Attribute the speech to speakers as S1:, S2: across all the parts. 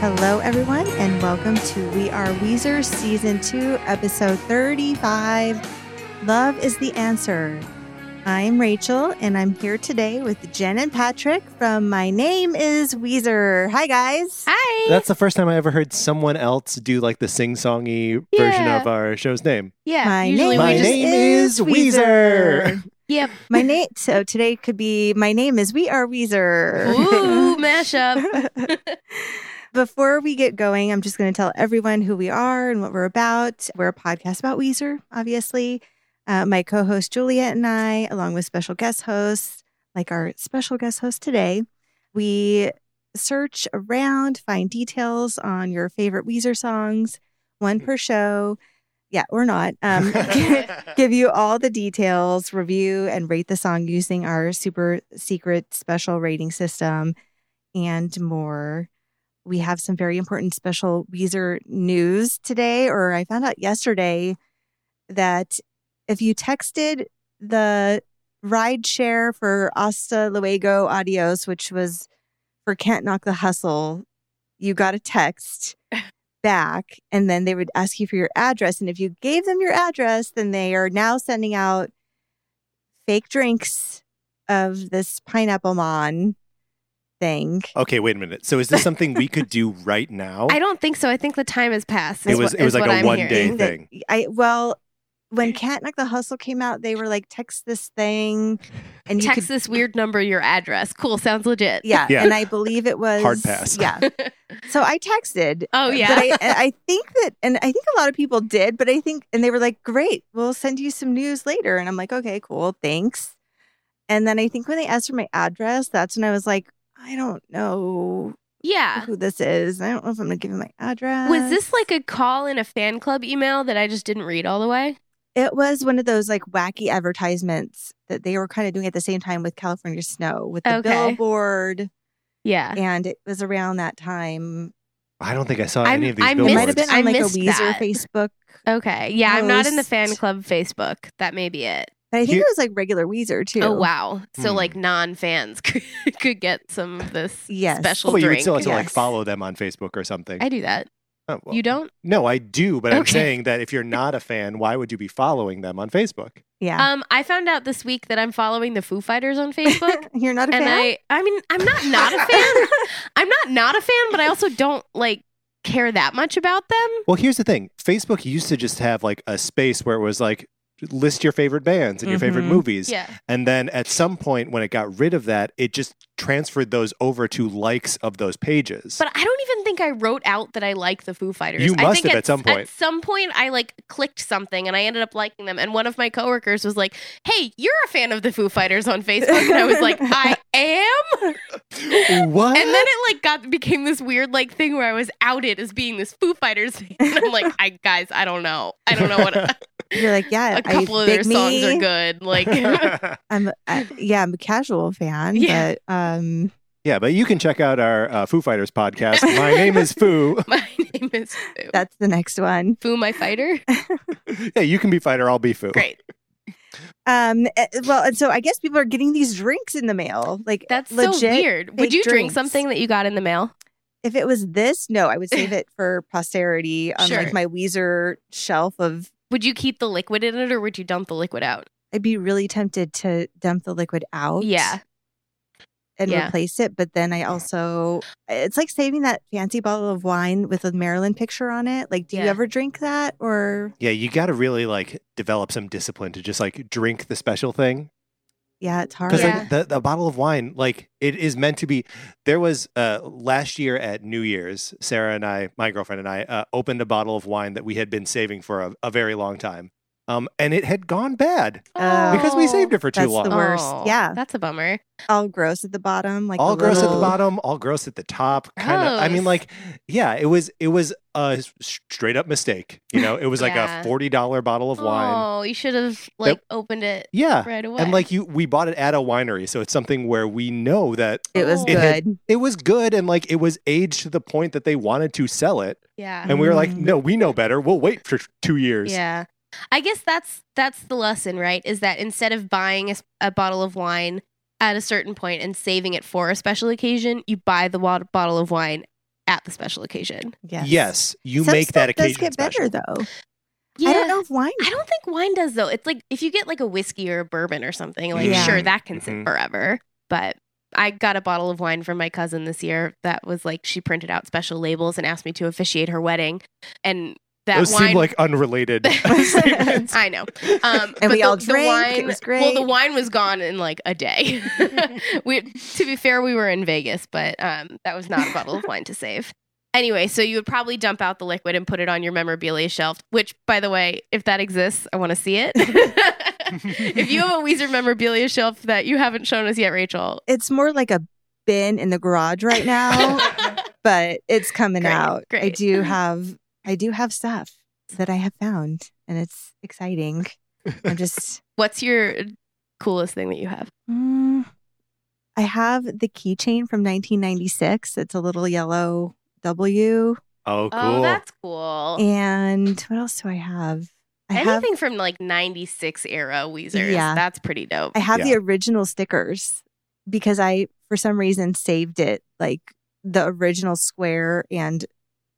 S1: Hello, everyone, and welcome to We Are Weezer Season 2, Episode 35 Love is the Answer. I'm Rachel, and I'm here today with Jen and Patrick from My Name is Weezer. Hi, guys.
S2: Hi.
S3: That's the first time I ever heard someone else do like the sing songy version
S2: Yeah.
S3: of our show's name.
S2: yeah.
S1: My
S2: usually
S1: name,
S3: My
S2: we just
S3: name is Weezer.
S2: yep.
S1: my name. So today could be My Name is We Are Weezer.
S2: Ooh, mashup.
S1: Before we get going, I'm just going to tell everyone who we are and what we're about. We're a podcast about Weezer, obviously. Uh, my co host Juliet and I, along with special guest hosts, like our special guest host today, we search around, find details on your favorite Weezer songs, one per show. Yeah, or not. Um, give you all the details, review and rate the song using our super secret special rating system and more. We have some very important special Weezer news today, or I found out yesterday that if you texted the ride share for Hasta Luego Adios, which was for Can't Knock the Hustle, you got a text back and then they would ask you for your address. And if you gave them your address, then they are now sending out fake drinks of this pineapple mon thing.
S3: Okay, wait a minute. So is this something we could do right now?
S2: I don't think so. I think the time has passed.
S3: It
S2: is
S3: was-
S2: what-
S3: it was
S2: is
S3: like
S2: what
S3: a
S2: I'm
S3: one day
S2: hearing.
S1: that- I well, when Cat Knock the Hustle came out, they were like, text this thing and you
S2: Text
S1: could
S2: this weird number your address. Cool. Sounds legit.
S1: yeah,
S3: Yeah.
S1: and I believe it was
S3: Hard pass.
S1: Yeah. So I texted.
S2: Oh, yeah.
S1: But I I think that and I think a lot of people did, but I think and they were like, Great, we'll send you some news later. And I'm like, Okay, cool, thanks. And then I think when they asked for my address, that's when I was like, I don't know
S2: yeah.
S1: who this is. I don't know if I'm gonna give him my address.
S2: Was this like a call in a fan club email that I just didn't read all the way?
S1: It was one of those like wacky advertisements that they were kind of doing at the same time with California Snow with the
S2: Okay. Uh.
S1: billboard,
S2: Yeah.
S1: and it was around that time.
S3: I don't think I saw
S2: I'm-
S3: any of these
S2: I
S1: It
S2: missed-
S1: might
S3: billboards.
S1: have been
S2: I
S1: on like a
S2: missed
S1: Weezer
S2: that.
S1: Facebook,
S2: Okay. Yeah. I'm not in the fan
S1: Most-
S2: club Facebook. That may be it.
S1: but I think
S3: Here-
S1: it was like regular Weezer too.
S2: Oh, wow. So,
S3: Hmm.
S2: like, non fans could, could get some of this
S1: Yes.
S2: special
S3: Oh, but you would
S2: drink.
S3: still have to like
S1: Yes.
S3: follow them on Facebook or something.
S2: I do that.
S3: Oh, well,
S2: You don't?
S3: No, I do, but I'm
S2: Okay.
S3: saying that if you're not a fan, why would you be following them on Facebook?
S1: Yeah,
S2: Um, I found out this week that I'm following the Foo Fighters on Facebook.
S1: you're not a
S2: Um, and
S1: fan.
S2: I, I mean, I'm not not a fan. I'm not not a fan, but I also don't like care that much about them.
S3: Well, here's the thing Facebook used to just have like a space where it was like, list your favorite bands and your favorite
S2: Mm-hmm.
S1: Mhm.
S3: movies.
S2: Yeah,
S3: And then at some point, when it got rid of that, it just transferred those over to likes of those pages.
S2: but I don't even think I wrote out that I like the Foo Fighters.
S3: You
S2: I
S3: must
S2: think
S3: have at some point.
S2: At some point, I like clicked something and I ended up liking them. And one of my coworkers was like, "Hey, you're a fan of the Foo Fighters on Facebook," and I was like, "I am."
S3: what?
S2: And then it like got became this weird like thing where I was outed as being this Foo Fighters fan. And I'm like, "I guys, I don't know. I don't know what."
S1: You're like, yeah,
S2: a couple
S1: I,
S2: of their
S1: big
S2: songs
S1: me.
S2: are good. Like,
S1: I'm, I, yeah, I'm a casual fan,
S2: Yeah.
S1: but um,
S3: yeah, but you can check out our uh, Foo Fighters podcast. My name is Foo.
S2: my name is Foo.
S1: that's the next one.
S2: Foo, my fighter.
S3: yeah, you can be fighter. I'll be Foo.
S2: Great.
S1: Um, eh, well, and so I guess people are getting these drinks in the mail, like
S2: That's
S1: legit
S2: so weird.
S1: fake
S2: Would you drink
S1: drinks.
S2: something that you got in the mail?
S1: If it was this, no, I would save it for posterity on
S2: Sure.
S1: like my Weezer shelf of
S2: Would you keep the liquid in it or would you dump the liquid out?
S1: I'd be really tempted to dump the liquid out.
S2: Yeah.
S1: And
S2: yeah.
S1: replace it. But then I also it's like saving that fancy bottle of wine with a Maryland picture on it. Like, do you
S2: Yeah.
S1: ever drink that? Or
S3: Yeah, you got to really like develop some discipline to just like drink the special thing.
S1: yeah, it's hard.
S3: Because
S2: Yeah.
S3: like the, the bottle of wine, like it is meant to be. There was uh, last year at New Year's, Sarah and I, my girlfriend and I, uh, opened a bottle of wine that we had been saving for a, a very long time, um, and it had gone bad
S1: Oh.
S3: because we saved it for too
S1: That's the
S3: long.
S1: for worse. Yeah.
S2: Oh, That's a bummer.
S1: All gross at the bottom. Like the
S3: all gross at
S1: little-
S3: the bottom, all gross at the top. Kind of. I mean,
S2: Gross.
S3: like, yeah, it was it was a s- straight up mistake. You know, it was like
S2: Yeah.
S3: a forty dollar bottle of wine.
S2: Oh, you should have like opened it
S3: Yeah.
S2: right away.
S3: And like you, we bought it at a winery, so it's something where we know that
S1: It was
S2: Oh.
S3: It had-
S1: good.
S3: it was good and like it was aged to the point that they wanted to sell it.
S2: yeah.
S3: And we were like,
S1: Mm.
S3: no, we know better. We'll wait for two years.
S2: Yeah. I guess that's that's the lesson, right? Is that instead of buying a, s- a bottle of wine at a certain point and saving it for a special occasion, you buy the wa- bottle of wine at the special occasion.
S1: Yes.
S3: Yes, you
S1: Some
S3: make
S1: stuff
S3: that occasion
S1: does get
S3: special.
S1: better though. I don't know if wine.
S2: I don't think wine does though. It's like if you get like a whiskey or a bourbon or something, like
S1: Yeah.
S2: sure that can sit
S3: Mhm.
S2: forever. But I got a bottle of wine from my cousin this year that was like she printed out special labels and asked me to officiate her wedding, and that
S3: Those
S2: wine.
S3: seem like unrelated statements.
S2: I know. Um,
S1: And
S2: but
S1: we
S2: the,
S1: all
S2: the
S1: drank.
S2: wine,
S1: it was great.
S2: Well, the wine was gone in like a day. we, to be fair, we were in Vegas, but um, that was not a bottle of wine to save. Anyway, so you would probably dump out the liquid and put it on your memorabilia shelf, which, by the way, if that exists, I want to see it. if you have a Weezer memorabilia shelf that you haven't shown us yet, Rachel,
S1: it's more like a bin in the garage right now, but it's coming
S2: Great,
S1: out. I
S2: great.
S1: do have I do have stuff that I have found and it's exciting. I'm just
S2: what's your coolest thing that you have?
S1: mm, I have the keychain from 1996. It's a little yellow W
S3: oh, cool.
S2: Oh, that's cool.
S1: and what else do I have? I have
S2: Anything from like 96 era Weezer,
S1: Yeah.
S2: that's pretty dope.
S1: I have
S3: Yeah.
S1: the original stickers because I, for some reason, saved it like the original square and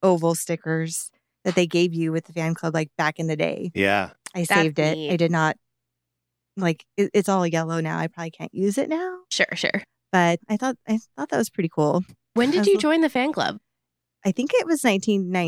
S1: oval stickers that they gave you with the fan club, like back in the day.
S3: yeah.
S1: I
S2: That's
S1: saved it. I
S2: neat.
S1: did not like it, it's all yellow now. I probably can't use it now,
S2: Sure, sure.
S1: but I thought I thought that was pretty cool.
S2: When did
S1: As
S2: you
S1: well.
S2: join the fan club?
S1: I think it was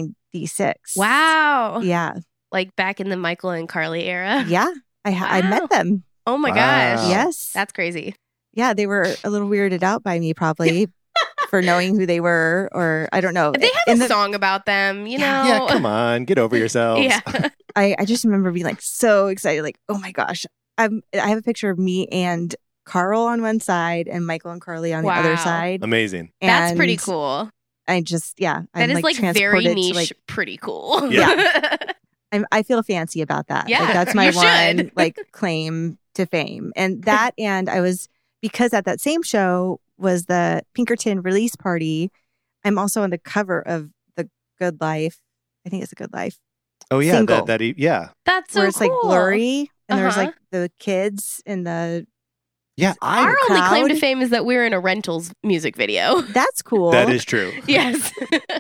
S1: 1996.
S2: Wow.
S1: Yeah,
S2: Like back in the Michael and Carly era.
S1: yeah. I ha- I
S2: Wow.
S1: met them.
S2: Oh my
S3: Wow.
S2: gosh.
S3: Wow.
S1: Yes.
S2: That's crazy.
S1: yeah, they were a little weirded out by me probably for knowing who they were, or I don't know.
S2: They have
S1: In
S2: a
S1: the-
S2: song about them, you know?
S1: Yeah.
S3: Yeah, come on. Get over yourselves.
S2: Yeah.
S1: I, I just remember being like so excited, like oh my gosh, I'm I have a picture of me and Carl on one side and Michael and Carly on the other
S2: Wow.
S1: side.
S3: Amazing.
S2: That's pretty
S1: And
S2: cool.
S1: I just yeah, I'm
S2: That is like, very
S1: transported to,
S2: niche,
S1: like,
S2: pretty cool.
S1: Yeah. I'm, I feel fancy about that. like,
S2: Yeah,
S1: that's my
S2: you should.
S1: one like claim to fame, and that and I was because at that same show was the Pinkerton release party. I'm also on the cover of the Good Life. I think it's a Good Life.
S3: Oh yeah,
S1: Single.
S3: that that e- yeah.
S2: That's so
S1: where it's like
S2: cool.
S1: blurry and there's
S2: Uh-huh.
S1: like the kids and the
S3: Yeah, I
S2: Our only claim to
S1: crowd.
S2: fame is that we're in a rentals music video.
S1: that's cool.
S3: that is true.
S2: yes.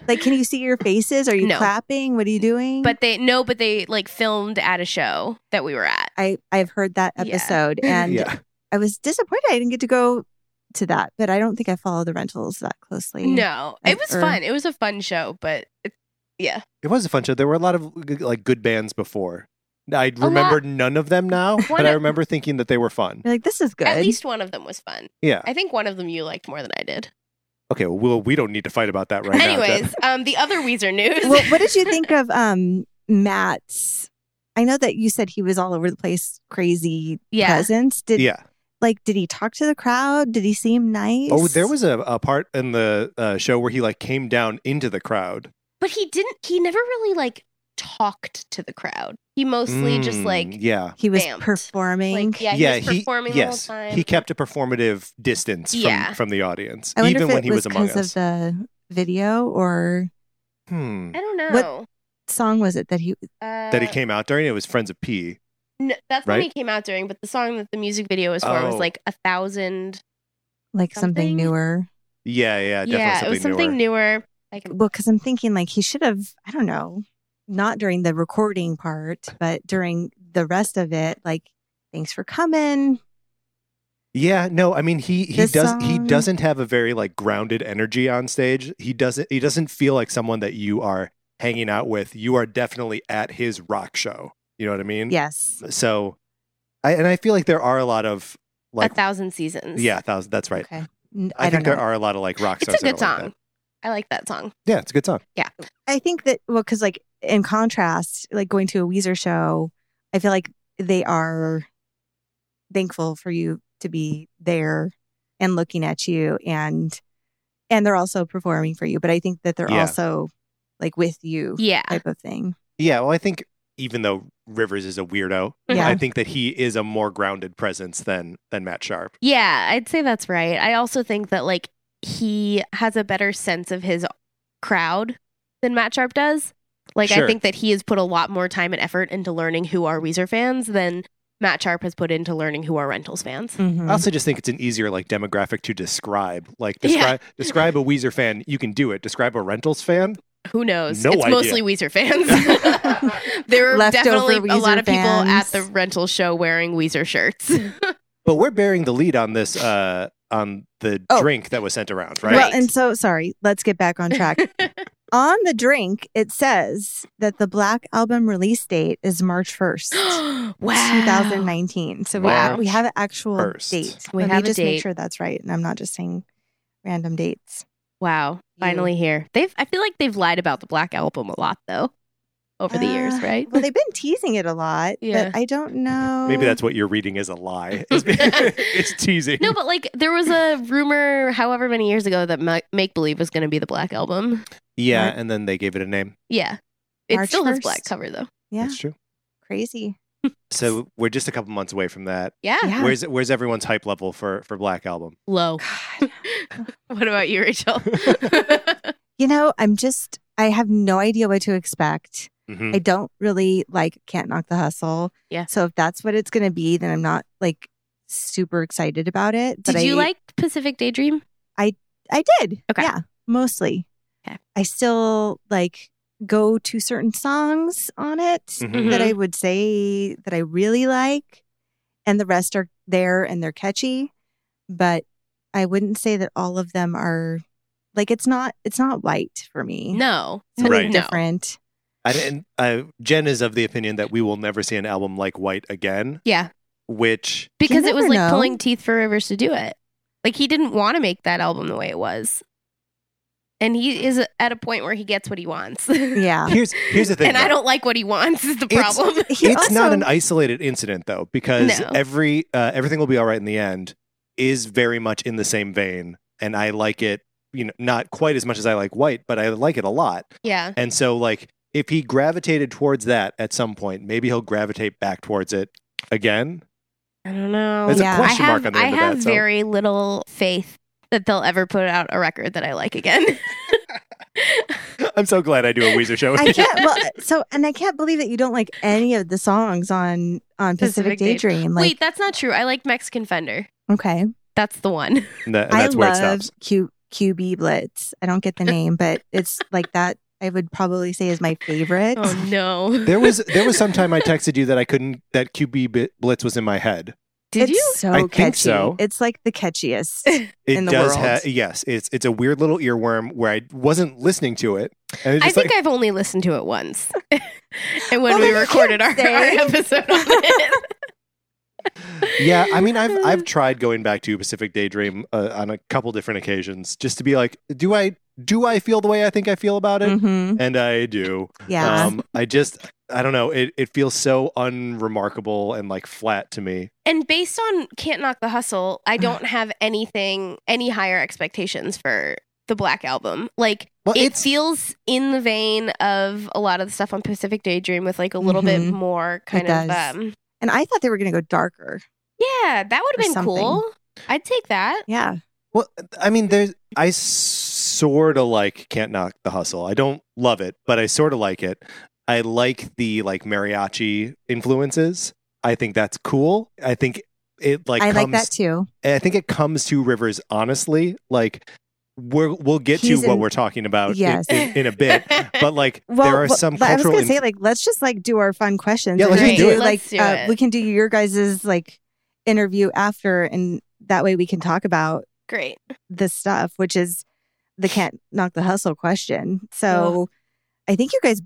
S1: like can you see your faces? Are you
S2: No.
S1: clapping? What are you doing?
S2: but they no, but they like filmed at a show that we were at.
S1: I I've heard that
S2: Yeah.
S1: episode and
S3: yeah.
S1: I was disappointed I didn't get to go to that, but I don't think I follow the rentals that closely.
S2: No.
S1: I-
S2: It was
S1: or-
S2: fun. It was a fun show, but it, yeah.
S3: It was a fun show. There were a lot of g- like good bands before. I
S2: lot.
S3: remember none of them now, but I
S2: of-
S3: remember thinking that they were fun.
S1: You're like this is good.
S2: At least one of them was fun.
S3: Yeah.
S2: I think one of them you liked more than I did.
S3: Okay. Well, we don't need to fight about that right now. Jen.
S2: Anyways, um, the other Weezer news.
S1: well, what did you think of um Matt's I know that you said he was all over the place, crazy
S2: Yeah.
S1: presence. Did
S3: yeah.
S1: like did he talk to the crowd? Did he seem nice?
S3: Oh, there was a, a part in the uh, show where he like came down into the crowd.
S2: but he didn't. He never really like talked to the crowd. He mostly just
S3: Mm,
S2: like,
S3: yeah,
S1: he was
S2: vamped.
S1: performing.
S2: like yeah, he was performing
S3: yes,
S2: the whole time.
S3: he kept a performative distance from,
S2: Yeah.
S3: from the audience,
S1: I wonder
S3: even
S1: if it
S3: when he was, among
S1: because of
S3: us.
S1: the video or
S3: hmm.
S2: I don't
S1: What-
S2: know.
S1: song was it that he
S2: uh,
S3: That he came out during it was Friends of P.
S2: No, that's when
S3: right?
S2: he came out during. But the song that the music video was for was
S3: Oh.
S2: like a thousand.
S1: like something,
S2: Something?
S1: newer?
S3: Yeah, yeah, definitely
S2: yeah,
S3: something
S2: it was something
S3: newer.
S2: newer. Like
S1: Well, because I'm thinking like he should have I don't know, not during the recording part, but during the rest of it, like thanks for coming.
S3: Yeah, no, I mean he he
S1: This
S3: does he
S1: song-
S3: doesn't have a very like grounded energy on stage. He doesn't he doesn't feel like someone that you are hanging out with. You are definitely at his rock show. You know what I mean?
S1: Yes.
S3: So, I and I feel like there are a lot of like
S2: a thousand seasons.
S3: yeah, thousand, that's right.
S1: Okay. N-
S3: I,
S1: don't
S3: think there
S1: know.
S3: are a lot of like rock
S2: it's
S3: stars.
S2: a
S3: that
S2: good
S3: are like
S2: song.
S3: that.
S2: I like that song.
S3: yeah, it's a good song.
S1: I think that well, because like in contrast, like going to a Weezer show, I feel like they are thankful for you to be there and looking at you, and and they're also performing for you. But I think that they're
S3: Yeah.
S1: also like with you
S2: Yeah,
S1: type of thing.
S3: Yeah, well, I think even though Rivers is a weirdo,
S2: Mm-hmm.
S1: Yeah.
S3: I think that he is a more grounded presence than than Matt Sharp.
S2: Yeah, I'd say that's right. I also think that like he has a better sense of his crowd than Matt Sharp does. Like
S3: Sure.
S2: I think that he has put a lot more time and effort into learning who are Weezer fans than Matt Sharp has put into learning who are Rentals fans.
S1: Mhm.
S3: I also just think it's an easier like demographic to describe. Like
S2: Yeah.
S3: describe describe a Weezer fan, you can do it. Describe a Rentals fan,
S2: Who knows?
S3: No
S2: it's
S3: idea.
S2: mostly Weezer fans. there were
S1: Leftover
S2: definitely a lot
S1: Weezer
S2: of people at
S1: fans.
S2: the rental show wearing Weezer shirts.
S3: but we're bearing the lead on this uh on the
S1: Oh.
S3: drink that was sent around, right?
S1: Well,
S2: Right.
S1: and so sorry. Let's get back on track. on the drink, it says that the Black Album release date is March 1st,
S2: wow.
S1: 2019. So
S2: Wow.
S1: we, we have an actual
S3: 1st.
S1: date.
S2: We
S1: Let me
S2: have a
S1: just
S2: date.
S1: make sure that's right. And I'm not just saying random dates.
S2: Wow. Finally here. They've I feel like they've lied about the Black Album a lot though over the
S1: Uh,
S2: years, right?
S1: Well, they've been teasing it a lot,
S2: Yeah.
S1: but I don't know.
S3: Maybe that's what you're reading is a lie. it's teasing.
S2: No, but like there was a rumor however many years ago that Ma- Make Believe was going to be the Black Album.
S3: yeah,
S1: March-
S3: and then they gave it a name.
S2: Yeah. It
S1: March
S2: still has
S1: 1st.
S2: black cover though.
S1: yeah,
S3: That's true.
S1: crazy.
S3: So we're just a couple months away from that.
S2: Yeah.
S1: Yeah.
S3: Where's where's everyone's hype level for for Black Album?
S2: Low.
S1: God.
S2: what about you, Rachel?
S1: You know, I'm just, I have no idea what to expect.
S3: Mhm.
S1: I don't really like Can't Knock the Hustle.
S2: Yeah.
S1: So if that's what it's going to be, then I'm not like super excited about it.
S2: Did
S1: I,
S2: you like Pacific Daydream?
S1: I did.
S2: Okay.
S1: Yeah. Mostly.
S2: Okay.
S1: I still like go to certain songs on it
S3: Mhm.
S1: that I would say that I really like, and the rest are there and they're catchy, but I wouldn't say that all of them are like it's not it's not white for me.
S2: No.
S1: It's really
S3: Right.
S2: No.
S1: different.
S3: I didn't. Uh, Jen is of the opinion that we will never see an album like White again,
S2: Yeah.
S3: which
S2: Because it was
S1: never
S2: like
S1: know.
S2: pulling teeth for Rivers to do it. Like he didn't want to make that album the way it was. And he is at a point where he gets what he wants.
S1: Yeah.
S3: here's here's the thing.
S2: and I
S3: though.
S2: don't like what he wants is the
S3: It's-
S2: problem.
S1: He
S3: it's not
S1: also-
S3: an isolated incident though, because
S2: No.
S3: every uh, everything will be all right in the end is very much in the same vein, and I like it. You know, not quite as much as I like White, but I like it a lot.
S2: yeah.
S3: And so, like, if he gravitated towards that at some point, maybe he'll gravitate back towards it again.
S2: I don't know.
S3: There's
S1: a Yeah.
S3: question
S2: I have,
S3: mark on the
S2: I
S3: end of
S2: have
S3: that, so-
S2: very little faith that they'll ever put out a record that I like again.
S3: I'm so glad I do a Weezer show. With
S1: I
S3: you.
S1: can't well so and I can't believe that you don't like any of the songs on on Pacific,
S2: Pacific Daydream.
S1: Daydream. Like
S2: Wait, that's not true. I like Mexican Fender.
S1: okay.
S2: That's the one.
S3: And, that- and
S1: I
S3: that's where it
S1: love
S3: stops.
S1: Q QB Blitz. I don't get the name, but it's like that I would probably say is my favorite.
S2: Oh no.
S3: There was there was some time I texted you that I couldn't that QB bit, blitz was in my head.
S2: Did
S1: it's
S2: you?
S1: so
S3: I think
S1: catchy.
S3: so.
S1: It's like the catchiest.
S3: It
S1: In the
S3: does
S1: world.
S3: ha- yes, it's it's a weird little earworm where I wasn't listening to it. And it's
S2: I
S3: just
S2: think
S3: like,
S2: I've only listened to it once. and when
S1: Well,
S2: we
S1: then you
S2: recorded our,
S1: can't
S2: our
S1: say.
S2: episode on it.
S3: yeah, I mean I've I've tried going back to Pacific Daydream uh, on a couple different occasions just to be like, do I do I feel the way I think I feel about it?
S1: Mhm.
S3: And I do.
S1: Yeah.
S3: Um, I just, I don't know. It, it feels so unremarkable and like flat to me.
S2: And based on Can't Knock the Hustle, I don't have anything, any higher expectations for the Black Album. Like,
S3: Well,
S2: it
S3: it's-
S2: feels in the vein of a lot of the stuff on Pacific Daydream with like a little
S1: Mhm.
S2: bit more kind of.
S1: does.
S2: Um,
S1: and I thought they were going to go darker.
S2: yeah, that would
S1: Or
S2: have been
S1: something.
S2: cool. I'd take that.
S1: Yeah.
S3: Well, I mean, there's, I sort of like Can't Knock the Hustle. I don't love it, but I sort of like it. I like the like mariachi influences. I think that's cool. I think it like
S1: I
S3: comes,
S1: like that too.
S3: I think it comes to Rivers honestly. Like, we're, we'll get
S1: He's
S3: to what
S1: in-
S3: we're talking about in-
S1: Yes.
S3: in, in, a bit. But like,
S1: Well,
S3: there are
S1: well,
S3: some
S1: but I was
S3: cultural
S1: going to
S3: inf-
S1: say like let's just like do our fun questions.
S3: Yeah,
S1: and
S3: let's
S1: we
S3: just
S1: can
S3: do it.
S1: like uh,
S2: Let's do it.
S1: we can do your guys's like interview after and that way we can talk about
S2: Great.
S1: this stuff, which is the can't knock the hustle question. So I think you guys,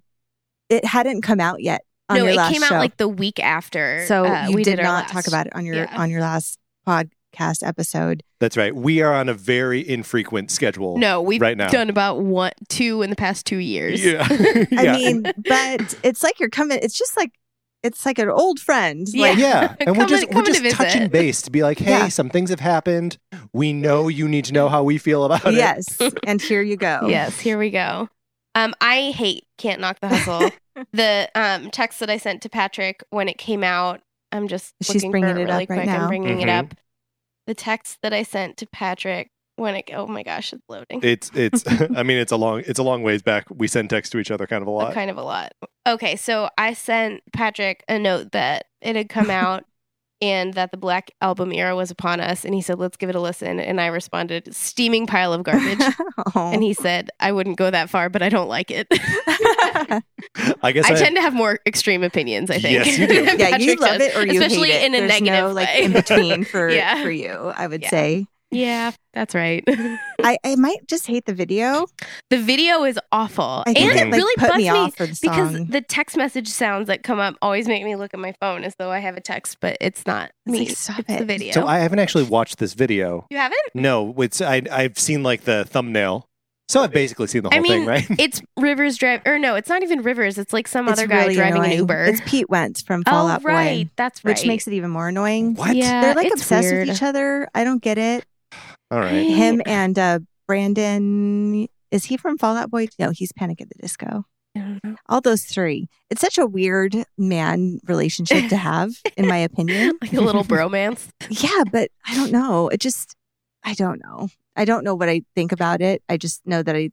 S1: it hadn't come out yet on
S2: no,
S1: your
S2: it
S1: last
S2: came out
S1: show.
S2: like the week after.
S1: so
S2: uh,
S1: you
S2: we
S1: did,
S2: our
S1: not
S2: last-
S1: talk about it on your
S2: Yeah.
S1: on your last podcast episode.
S3: That's right. We are on a very infrequent schedule.
S2: No, we've
S3: right now.
S2: done about one, two in the past two years.
S3: Yeah.
S1: I
S3: Yeah.
S1: mean, but it's like you're coming. It's just like it's like an old friend.
S2: Yeah.
S1: Like
S3: yeah. And we're
S2: Come
S3: just
S2: and-
S3: we're
S2: come and
S3: just touching
S2: visit.
S3: base to be like, hey,
S1: Yeah.
S3: some things have happened. We know you need to know how we feel about it.
S1: yes, and here you go.
S2: Yes, here we go. Um, I hate Can't Knock the Hustle. the um, text that I sent to Patrick when it came out, I'm just
S1: She's
S2: looking
S1: bringing
S2: for
S1: it up
S2: it really
S1: right
S2: quick.
S1: now.
S2: I'm bringing it
S3: Mhm.
S2: up. The text that I sent to Patrick when it, oh my gosh, it's loading.
S3: It's it's I mean it's a long it's a long ways back. We send text to each other kind of a
S2: Uh,
S3: lot.
S2: kind of a lot. Okay, so I sent Patrick a note that it had come out and that the Black Album era was upon us. And he said, let's give it a listen. And I responded, steaming pile of garbage.
S1: Aw.
S2: and he said, I wouldn't go that far, but I don't like it.
S3: I guess
S2: I
S3: I,
S2: tend to have more extreme opinions, I think.
S3: Yes, you do.
S2: than
S1: yeah, you
S2: Patrick
S1: love
S2: does.
S1: it or you
S2: especially
S1: hate it.
S2: in a
S1: There's
S2: negative
S1: no, like
S2: way.
S1: in between for
S2: Yeah.
S1: for you. I would
S2: Yeah.
S1: say
S2: Yeah, that's right.
S1: I, I might just hate the video.
S2: the video is awful.
S1: I think
S2: and it
S1: it like,
S2: really
S1: put
S2: bugs
S1: me
S2: me
S1: off for the
S2: because
S1: song.
S2: the text message sounds that come up always make me look at my phone as though I have a text, but it's not
S1: It's
S2: me.
S1: like, stop
S2: it's the
S1: it.
S2: video.
S3: so I haven't actually watched this video.
S2: you haven't?
S3: No, it's I I've seen like the thumbnail. So I've basically seen the
S2: I
S3: whole thing,
S2: mean,
S3: right?
S2: It's Rivers Drive, or no, it's not even Rivers. It's like some
S1: It's
S2: other guy
S1: really
S2: driving
S1: annoying.
S2: an Uber.
S1: It's Pete Wentz from
S2: oh,
S1: Fallout Boy,
S2: right. That's right.
S1: which makes it even more annoying.
S3: What?
S2: Yeah,
S1: They're like
S2: it's
S1: obsessed
S2: weird.
S1: with each other. I don't get it.
S3: All right.
S1: Him and uh, Brandon. Is he from Fallout Boy? No, he's Panic at the Disco.
S2: I don't know.
S1: All those three. It's such a weird man relationship to have, in my opinion.
S2: like a little bromance.
S1: Yeah, but I don't know. It just, I don't know. I don't know what I think about it. I just know that I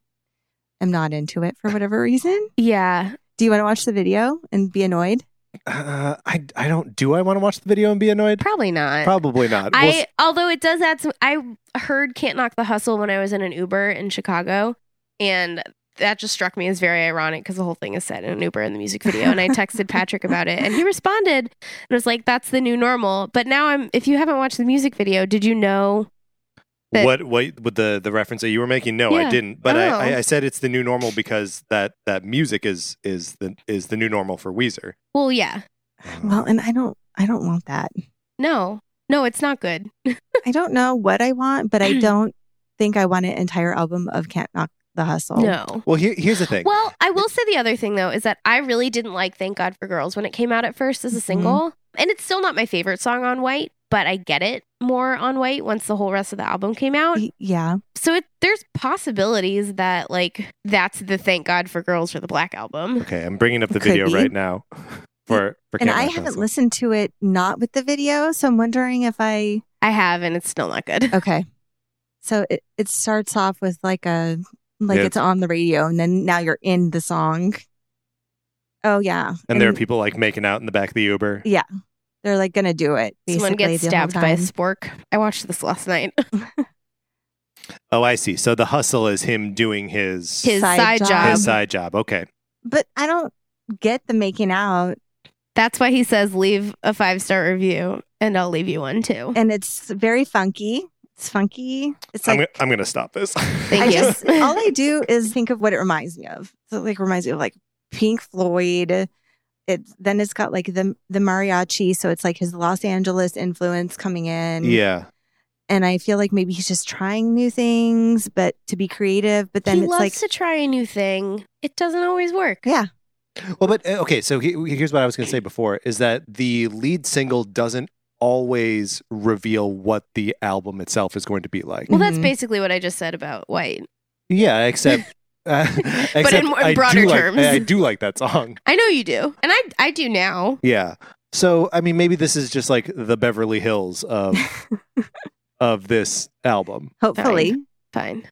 S1: am not into it for whatever reason.
S2: Yeah.
S1: Do you want to watch the video and be annoyed?
S3: Uh, I I don't do I want to watch the video and be annoyed?
S2: Probably not.
S3: Probably not. We'll
S2: I although it does add some I heard Can't Knock the Hustle when I was in an Uber in Chicago and that just struck me as very ironic because the whole thing is set in an Uber in the music video. And I texted Patrick about it and he responded and was like, That's the new normal. But now I'm if you haven't watched the music video, did you know that-
S3: what what with the the reference that you were making no i
S2: Yeah.
S3: didn't but I,
S2: Oh.
S3: I i said it's the new normal because that that music is is the is the new normal for weezer
S2: Well yeah.
S1: Well, and I don't, I don't want that.
S2: No. No, it's not good.
S1: I don't know what I want, but I don't think I want an entire album of Can't Knock the Hustle.
S2: No.
S3: well here, here's the thing
S2: Well, I will say the other thing though is that I really didn't like Thank God for Girls when it came out at first as a
S1: Mhm.
S2: single. And it's still not my favorite song on White, but I get it more on White once the whole rest of the album came out.
S1: Y- Yeah.
S2: So it, there's possibilities that like that's the Thank God for Girls for the Black album.
S3: okay i'm bringing up the
S1: It could
S3: video
S1: be.
S3: right now for for
S1: and
S3: Camp
S1: I
S3: Rock
S1: haven't
S3: Hustle.
S1: listened to it not with the video. So I'm wondering if I,
S2: I have and it's still not good.
S1: okay. So it, it starts off with like a, like
S3: Yeah.
S1: it's on the radio and then now you're in the song. Oh, yeah.
S3: and there are people like making out in the back of the uber
S1: they're like going to do it. basically,
S2: Someone gets
S1: the whole
S2: stabbed by a
S1: time.
S2: spork. I watched this last night.
S3: oh i see so the hustle is him doing his
S2: His
S1: Side
S2: side,
S1: job.
S2: job.
S3: his side job okay
S1: But I don't get the making out.
S2: That's why he says leave a five star review and I'll leave you one too.
S1: And it's very funky. It's funky. It's
S3: I'm,
S1: like,
S3: gonna, I'm gonna stop this
S2: Thank
S1: I
S2: you.
S1: just all I do is think of what it reminds me of. So like reminds me of like Pink Floyd. It then it's got like the the mariachi, so it's like his Los Angeles influence coming in.
S3: yeah
S1: And I feel like maybe he's just trying new things, but to be creative. But then
S2: he
S1: it's
S2: loves
S1: like
S2: to try a new thing. It doesn't always work.
S3: Well, but uh, okay, so he- here's what I was going to say before is that the lead single doesn't always reveal what the album itself is going to be like.
S2: Well, that's
S1: Mhm.
S2: basically what I just said about White.
S3: Yeah, except. Uh, except
S2: in more-
S3: I do
S2: broader
S3: like-
S2: terms.
S3: I, I do like that song.
S2: I know you do, and I I do now.
S3: Yeah. So, I mean, maybe this is just like the Beverly Hills of of this album,
S1: hopefully.
S2: Fine.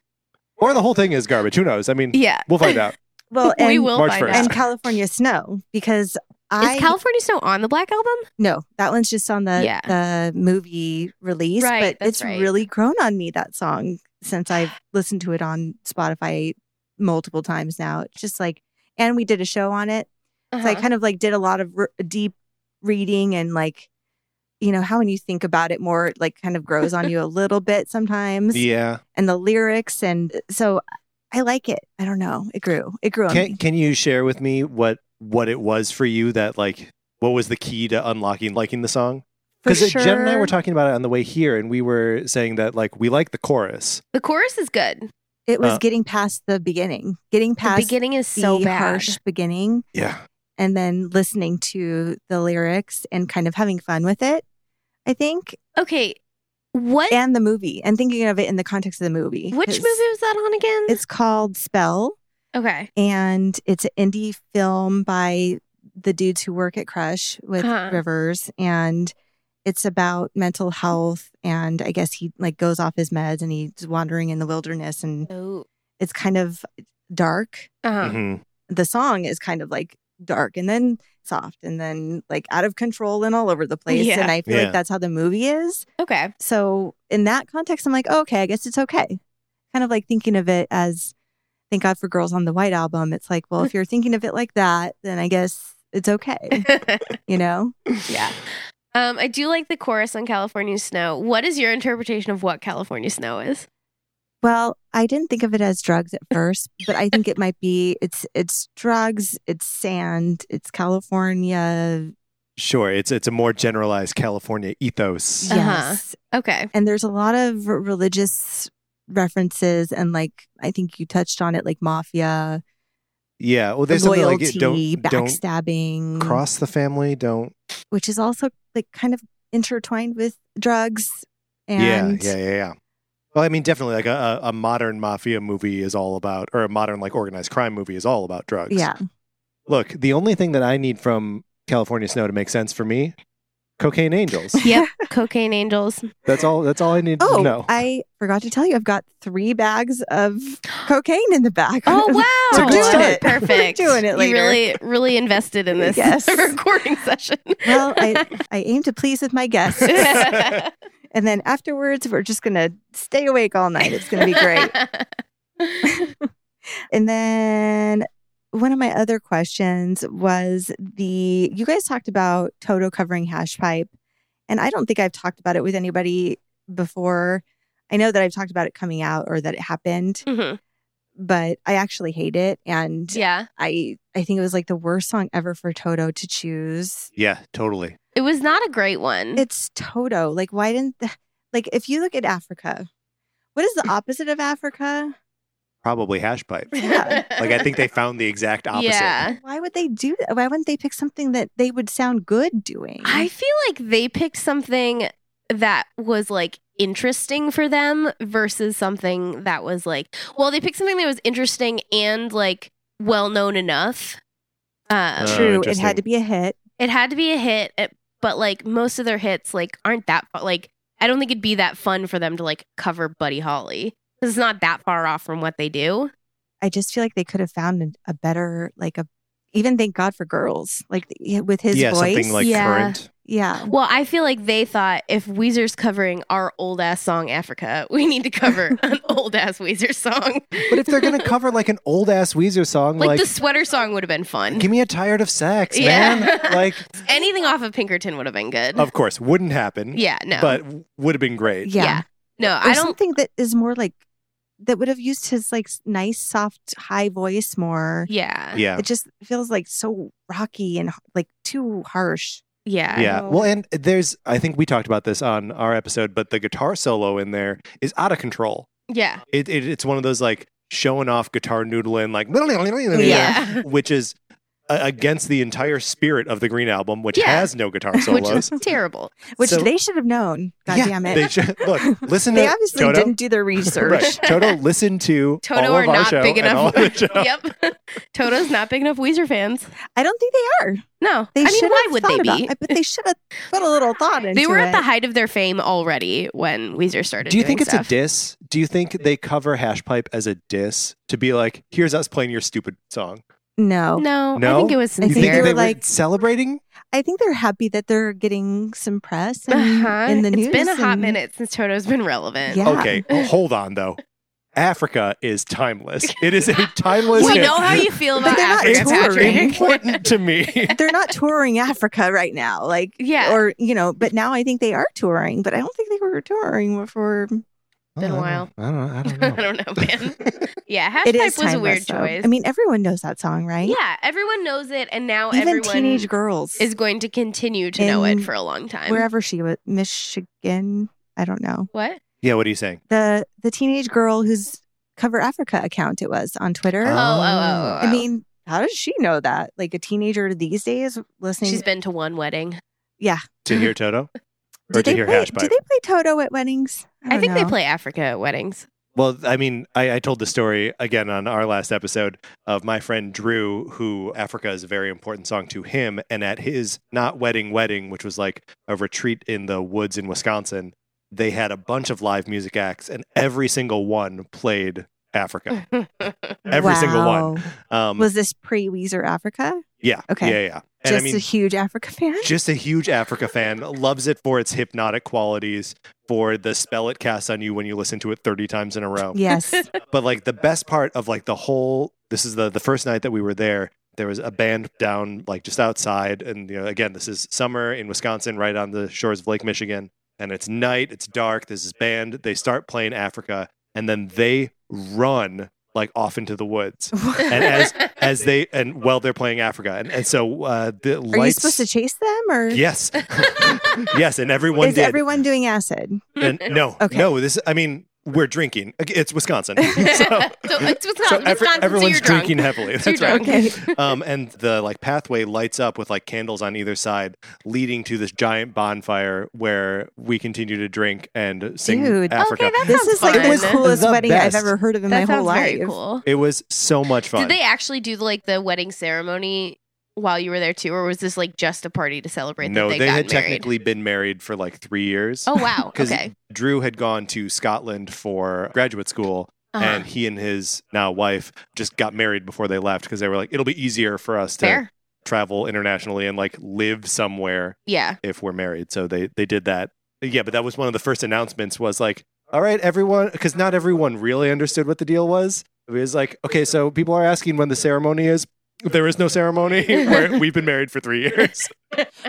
S3: or the whole thing is garbage. Who knows? I mean,
S2: Yeah.
S3: we'll find out.
S1: Well, and
S2: we will
S3: March
S2: find
S3: 1st.
S1: and
S2: out.
S1: California Snow because I
S2: Is California Snow on the Black Album?
S1: No, that one's just on the
S2: Yeah.
S1: the movie release,
S2: Right,
S1: but
S2: that's
S1: it's
S2: right.
S1: really grown on me that song since I've listened to it on Spotify multiple times now. It's just like and we did a show on it. So I
S2: Uh-huh.
S1: kind of like did a lot of re- deep reading and like you know, how when you think about it more it like kind of grows on you a little bit sometimes
S3: Yeah.
S1: and the lyrics and so I like it. I don't know. It grew. It grew on
S3: Can
S1: me.
S3: Can you share with me what what it was for you that like what was the key to unlocking liking the song?
S1: For
S3: Because Jen and I
S1: sure,
S3: were talking about it on the way here, and we were saying that like we like the chorus.
S2: the chorus is good.
S1: it was
S3: uh,
S1: getting past the beginning. Getting
S2: The
S1: past
S2: beginning is so
S1: the
S2: bad.
S1: harsh beginning
S3: Yeah,
S1: and then listening to the lyrics and kind of having fun with it, I think,
S2: Okay, what
S1: and the movie and thinking of it in the context of the movie.
S2: which movie
S1: 'cause
S2: was that on again?
S1: It's called Spell,
S2: okay.
S1: and it's an indie film by the dudes who work at Crush with
S2: Uh-huh.
S1: Rivers, and it's about mental health. And I guess he like goes off his meds and he's wandering in the wilderness, and
S2: Oh.
S1: it's kind of dark.
S2: Uh-huh.
S3: Mhm.
S1: The song is kind of like dark and then soft and then like out of control and all over the place.
S2: Yeah.
S1: And I feel
S3: Yeah.
S1: like that's how the movie is.
S2: Okay.
S1: So in that context, I'm like, oh, okay, I guess it's okay. Kind of like thinking of it as thank God for girls on the white album. It's like, well, if you're thinking of it like that, then I guess it's okay, you know?
S2: yeah. Um, I do like the chorus on California Snow. What is your interpretation of what California Snow is?
S1: Well, I didn't think of it as drugs at first, but I think it might be it's it's drugs, it's sand, it's California.
S3: Sure, it's it's a more generalized California ethos.
S2: Uh-huh.
S1: Yes.
S2: Okay.
S1: And there's a lot of r- religious references and like I think you touched on it like mafia,
S3: Yeah, well, there's something like
S1: loyalty,
S3: it, don't don't
S1: backstabbing,
S3: cross the family, don't.
S1: which is also like kind of intertwined with drugs and
S3: yeah, yeah, yeah, yeah. Well, I mean, definitely, like a, a a modern mafia movie is all about, or a modern like organized crime movie is all about drugs.
S1: yeah.
S3: Look, the only thing that I need from California Snow to make sense for me, cocaine angels.
S2: Yep. Cocaine Angels.
S3: That's all. That's all I need
S1: Oh,
S3: to know.
S1: I forgot to tell you, I've got three bags of cocaine in the back.
S2: Oh wow!
S3: It's a good
S2: Doing
S3: start.
S2: it. Perfect.
S1: Doing it
S2: You
S1: later.
S2: really, really invested in this
S1: Yes.
S2: recording session.
S1: Well, I, I aim to please with my guests. and then afterwards, we're just going to stay awake all night. It's going to be great. and then one of my other questions was the you guys talked about Toto covering hash pipe. And I don't think I've talked about it with anybody before. I know that I've talked about it coming out or that it happened,
S2: Mhm.
S1: but I actually hate it. And
S2: Yeah,
S1: I, I think it was like the worst song ever for Toto to choose.
S3: yeah, totally.
S2: it was not a great one.
S1: It's Toto. Like, why didn't the, like if you look at Africa, what is the opposite of Africa?
S3: Probably hash pipe.
S1: yeah.
S3: Like I think they found the exact opposite.
S2: Yeah.
S1: Why would they do that? Why wouldn't they pick something that they would sound good doing?
S2: I feel like they picked something that was like interesting for them versus something that was like well, they picked something that was interesting and like well known enough. Um,
S3: Uh,
S1: True, it had
S3: interesting.
S1: to be a hit.
S2: it had to be a hit, it- but like most of their hits like aren't that fu- like I don't think it'd be that fun for them to like cover Buddy Holly. 'Cause It's not that far off from what they do.
S1: I just feel like they could have found a- a better, like a even thank God for girls, like the- with his
S3: yeah,
S1: voice.
S3: something like
S2: Yeah.
S3: current.
S1: yeah,
S2: Well, I feel like they thought if Weezer's covering our old ass song Africa, we need to cover an old ass Weezer song.
S3: But if they're gonna cover like an old ass Weezer song,
S2: like,
S3: like,
S2: the sweater song would have been fun.
S3: give me a tired of sex,
S2: Yeah.
S3: man. Like,
S2: Anything off of Pinkerton would have been good.
S3: of course, wouldn't happen.
S2: yeah, no.
S3: but would have been great.
S1: yeah.
S2: No,
S1: Or
S2: I don't
S1: something that is more like that would have used his like s- nice, soft, high voice more.
S2: yeah.
S3: Yeah.
S1: It just feels like so rocky and like too harsh.
S2: Yeah.
S3: Yeah.
S1: know.
S3: Well, and there's, I think we talked about this on our episode, but the guitar solo in there is out of control.
S2: Yeah.
S3: It, it It's one of those like showing off guitar noodling, like,
S2: Yeah.
S3: which is uh, against the entire spirit of the Green Album, which
S2: Yeah.
S3: has no guitar
S2: Which
S3: solos.
S2: is terrible.
S1: Which
S3: So-
S1: they should have known. God
S3: Yeah,
S1: damn it.
S3: They should, look, listen
S1: They
S3: to
S1: obviously
S3: Toto.
S1: didn't do their research.
S3: Right. Toto, listen to
S2: Toto
S3: all of
S2: are
S3: our
S2: not
S3: show
S2: big
S3: and all
S2: enough.
S3: of the show.
S2: Yep. Toto's not big enough Weezer fans.
S1: I don't think they are.
S2: No.
S1: They
S2: I
S1: should
S2: mean, why
S1: have
S2: would
S1: thought
S2: they
S1: about-
S2: be?
S1: I- but they should have put a little thought into
S2: They were at
S1: it.
S2: the height of their fame already when Weezer started.
S3: Do you
S2: doing
S3: think it's
S2: stuff.
S3: a diss? Do you think they cover Hashpipe as a diss to be like, here's us playing your stupid song?
S1: no.
S2: No,
S3: No?
S2: I think it was
S1: I
S3: You think
S1: they
S3: they
S2: sincere.
S1: were
S3: were
S1: like-
S3: celebrating?
S1: I think they're happy that they're getting some press in,
S2: Uh-huh.
S1: in the news.
S2: It's been a hot
S1: and-
S2: minute since Toto's been relevant.
S1: Yeah.
S3: Okay, well, hold on though. Africa is timeless. It is a timeless.
S2: We
S3: hit.
S2: know how you feel
S1: But
S2: about
S1: they're not
S2: Africa,
S1: touring.
S2: Patrick.
S3: important to me.
S1: They're not touring Africa right now, like
S2: Yeah.
S1: or you know. But now I think they are touring. But I don't think they were touring before.
S2: Been a while.
S3: I don't know. I don't know.
S2: I don't know, man. Yeah,
S1: it is
S2: hashtag was a
S1: timeless,
S2: weird
S1: though.
S2: choice.
S1: I mean, everyone knows that song, right?
S2: yeah, everyone knows it, and now
S1: Even
S2: everyone
S1: teenage girls
S2: is going to continue to know it
S1: In
S2: for a long time.
S1: wherever she was, Michigan. I don't know
S2: what?
S3: yeah, what are you saying?
S1: the the teenage girl whose cover Africa account it was on Twitter.
S2: Oh, oh, oh, oh,
S1: I mean, how does she know that? Like a teenager these days listening.
S2: she's been to one wedding.
S3: To hear Toto? Or
S1: did
S3: to
S1: they
S3: hear
S1: play?
S3: Hashpipe?
S1: Do they play Toto at weddings?
S2: I,
S1: don't
S2: think they
S1: know.
S2: play Africa at weddings.
S3: Well, I mean, I, I told the story again on our last episode of my friend Drew, who Africa is a very important song to him. And at his not wedding wedding, which was like a retreat in the woods in Wisconsin, they had a bunch of live music acts, and every single one played Africa. Every single one.
S1: Wow. Mm.
S3: Um,
S1: Was this pre Weezer Africa?
S3: yeah.
S1: okay.
S3: Yeah, yeah. And
S1: Just
S3: I mean,
S1: a huge Africa fan?
S3: just a huge Africa fan, loves it for its hypnotic qualities, for the spell it casts on you when you listen to it 30 times in a row.
S1: Yes.
S3: But like the best part of like the whole this is the the first night that we were there, there was a band down like just outside and you know again this is summer in Wisconsin right on the shores of Lake Michigan and it's night, it's dark, there's this band, they start playing Africa and then they run like off into the woods and as as they and while they're playing Africa and, and so uh the
S1: Are you
S3: lights
S1: supposed to chase them or
S3: Yes. yes, and everyone
S1: is
S3: did.
S1: everyone doing acid?
S3: And no,
S1: Okay.
S3: no, this I mean, we're drinking. It's Wisconsin. So,
S2: so it's Wisconsin.
S3: so every-
S2: Wisconsin, so
S3: everyone's
S2: you're drunk.
S3: drinking heavily.
S2: So you're
S3: That's right.
S2: drunk.
S1: Okay.
S3: Um, and the like pathway lights up with like candles on either side, leading to this giant bonfire where we continue to drink and sing
S1: Dude.
S3: Africa.
S2: Okay, that
S1: This
S2: sounds
S1: is like
S2: fun.
S1: the
S3: was
S1: coolest
S3: the
S1: wedding I've
S3: best.
S1: ever heard of in
S2: that
S1: my whole
S2: sounds
S1: life.
S2: very cool.
S3: it was so much fun.
S2: Did they actually do like the wedding ceremony while you were there too, or was this like just a party to celebrate?
S3: no,
S2: that they,
S3: they
S2: got married?
S3: had technically been married for like three years.
S2: Oh wow.
S3: 'Cause
S2: okay.
S3: Drew had gone to Scotland for graduate school,
S2: Uh-huh.
S3: and he and his now wife just got married before they left because they were like, it'll be easier for us to
S2: Fair.
S3: travel internationally and like live somewhere
S2: Yeah.
S3: if we're married. So they they did that. Yeah, but that was one of the first announcements was like, all right, everyone, because not everyone really understood what the deal was. It was like, okay, so people are asking when the ceremony is. There is no ceremony. We're, we've been married for three years.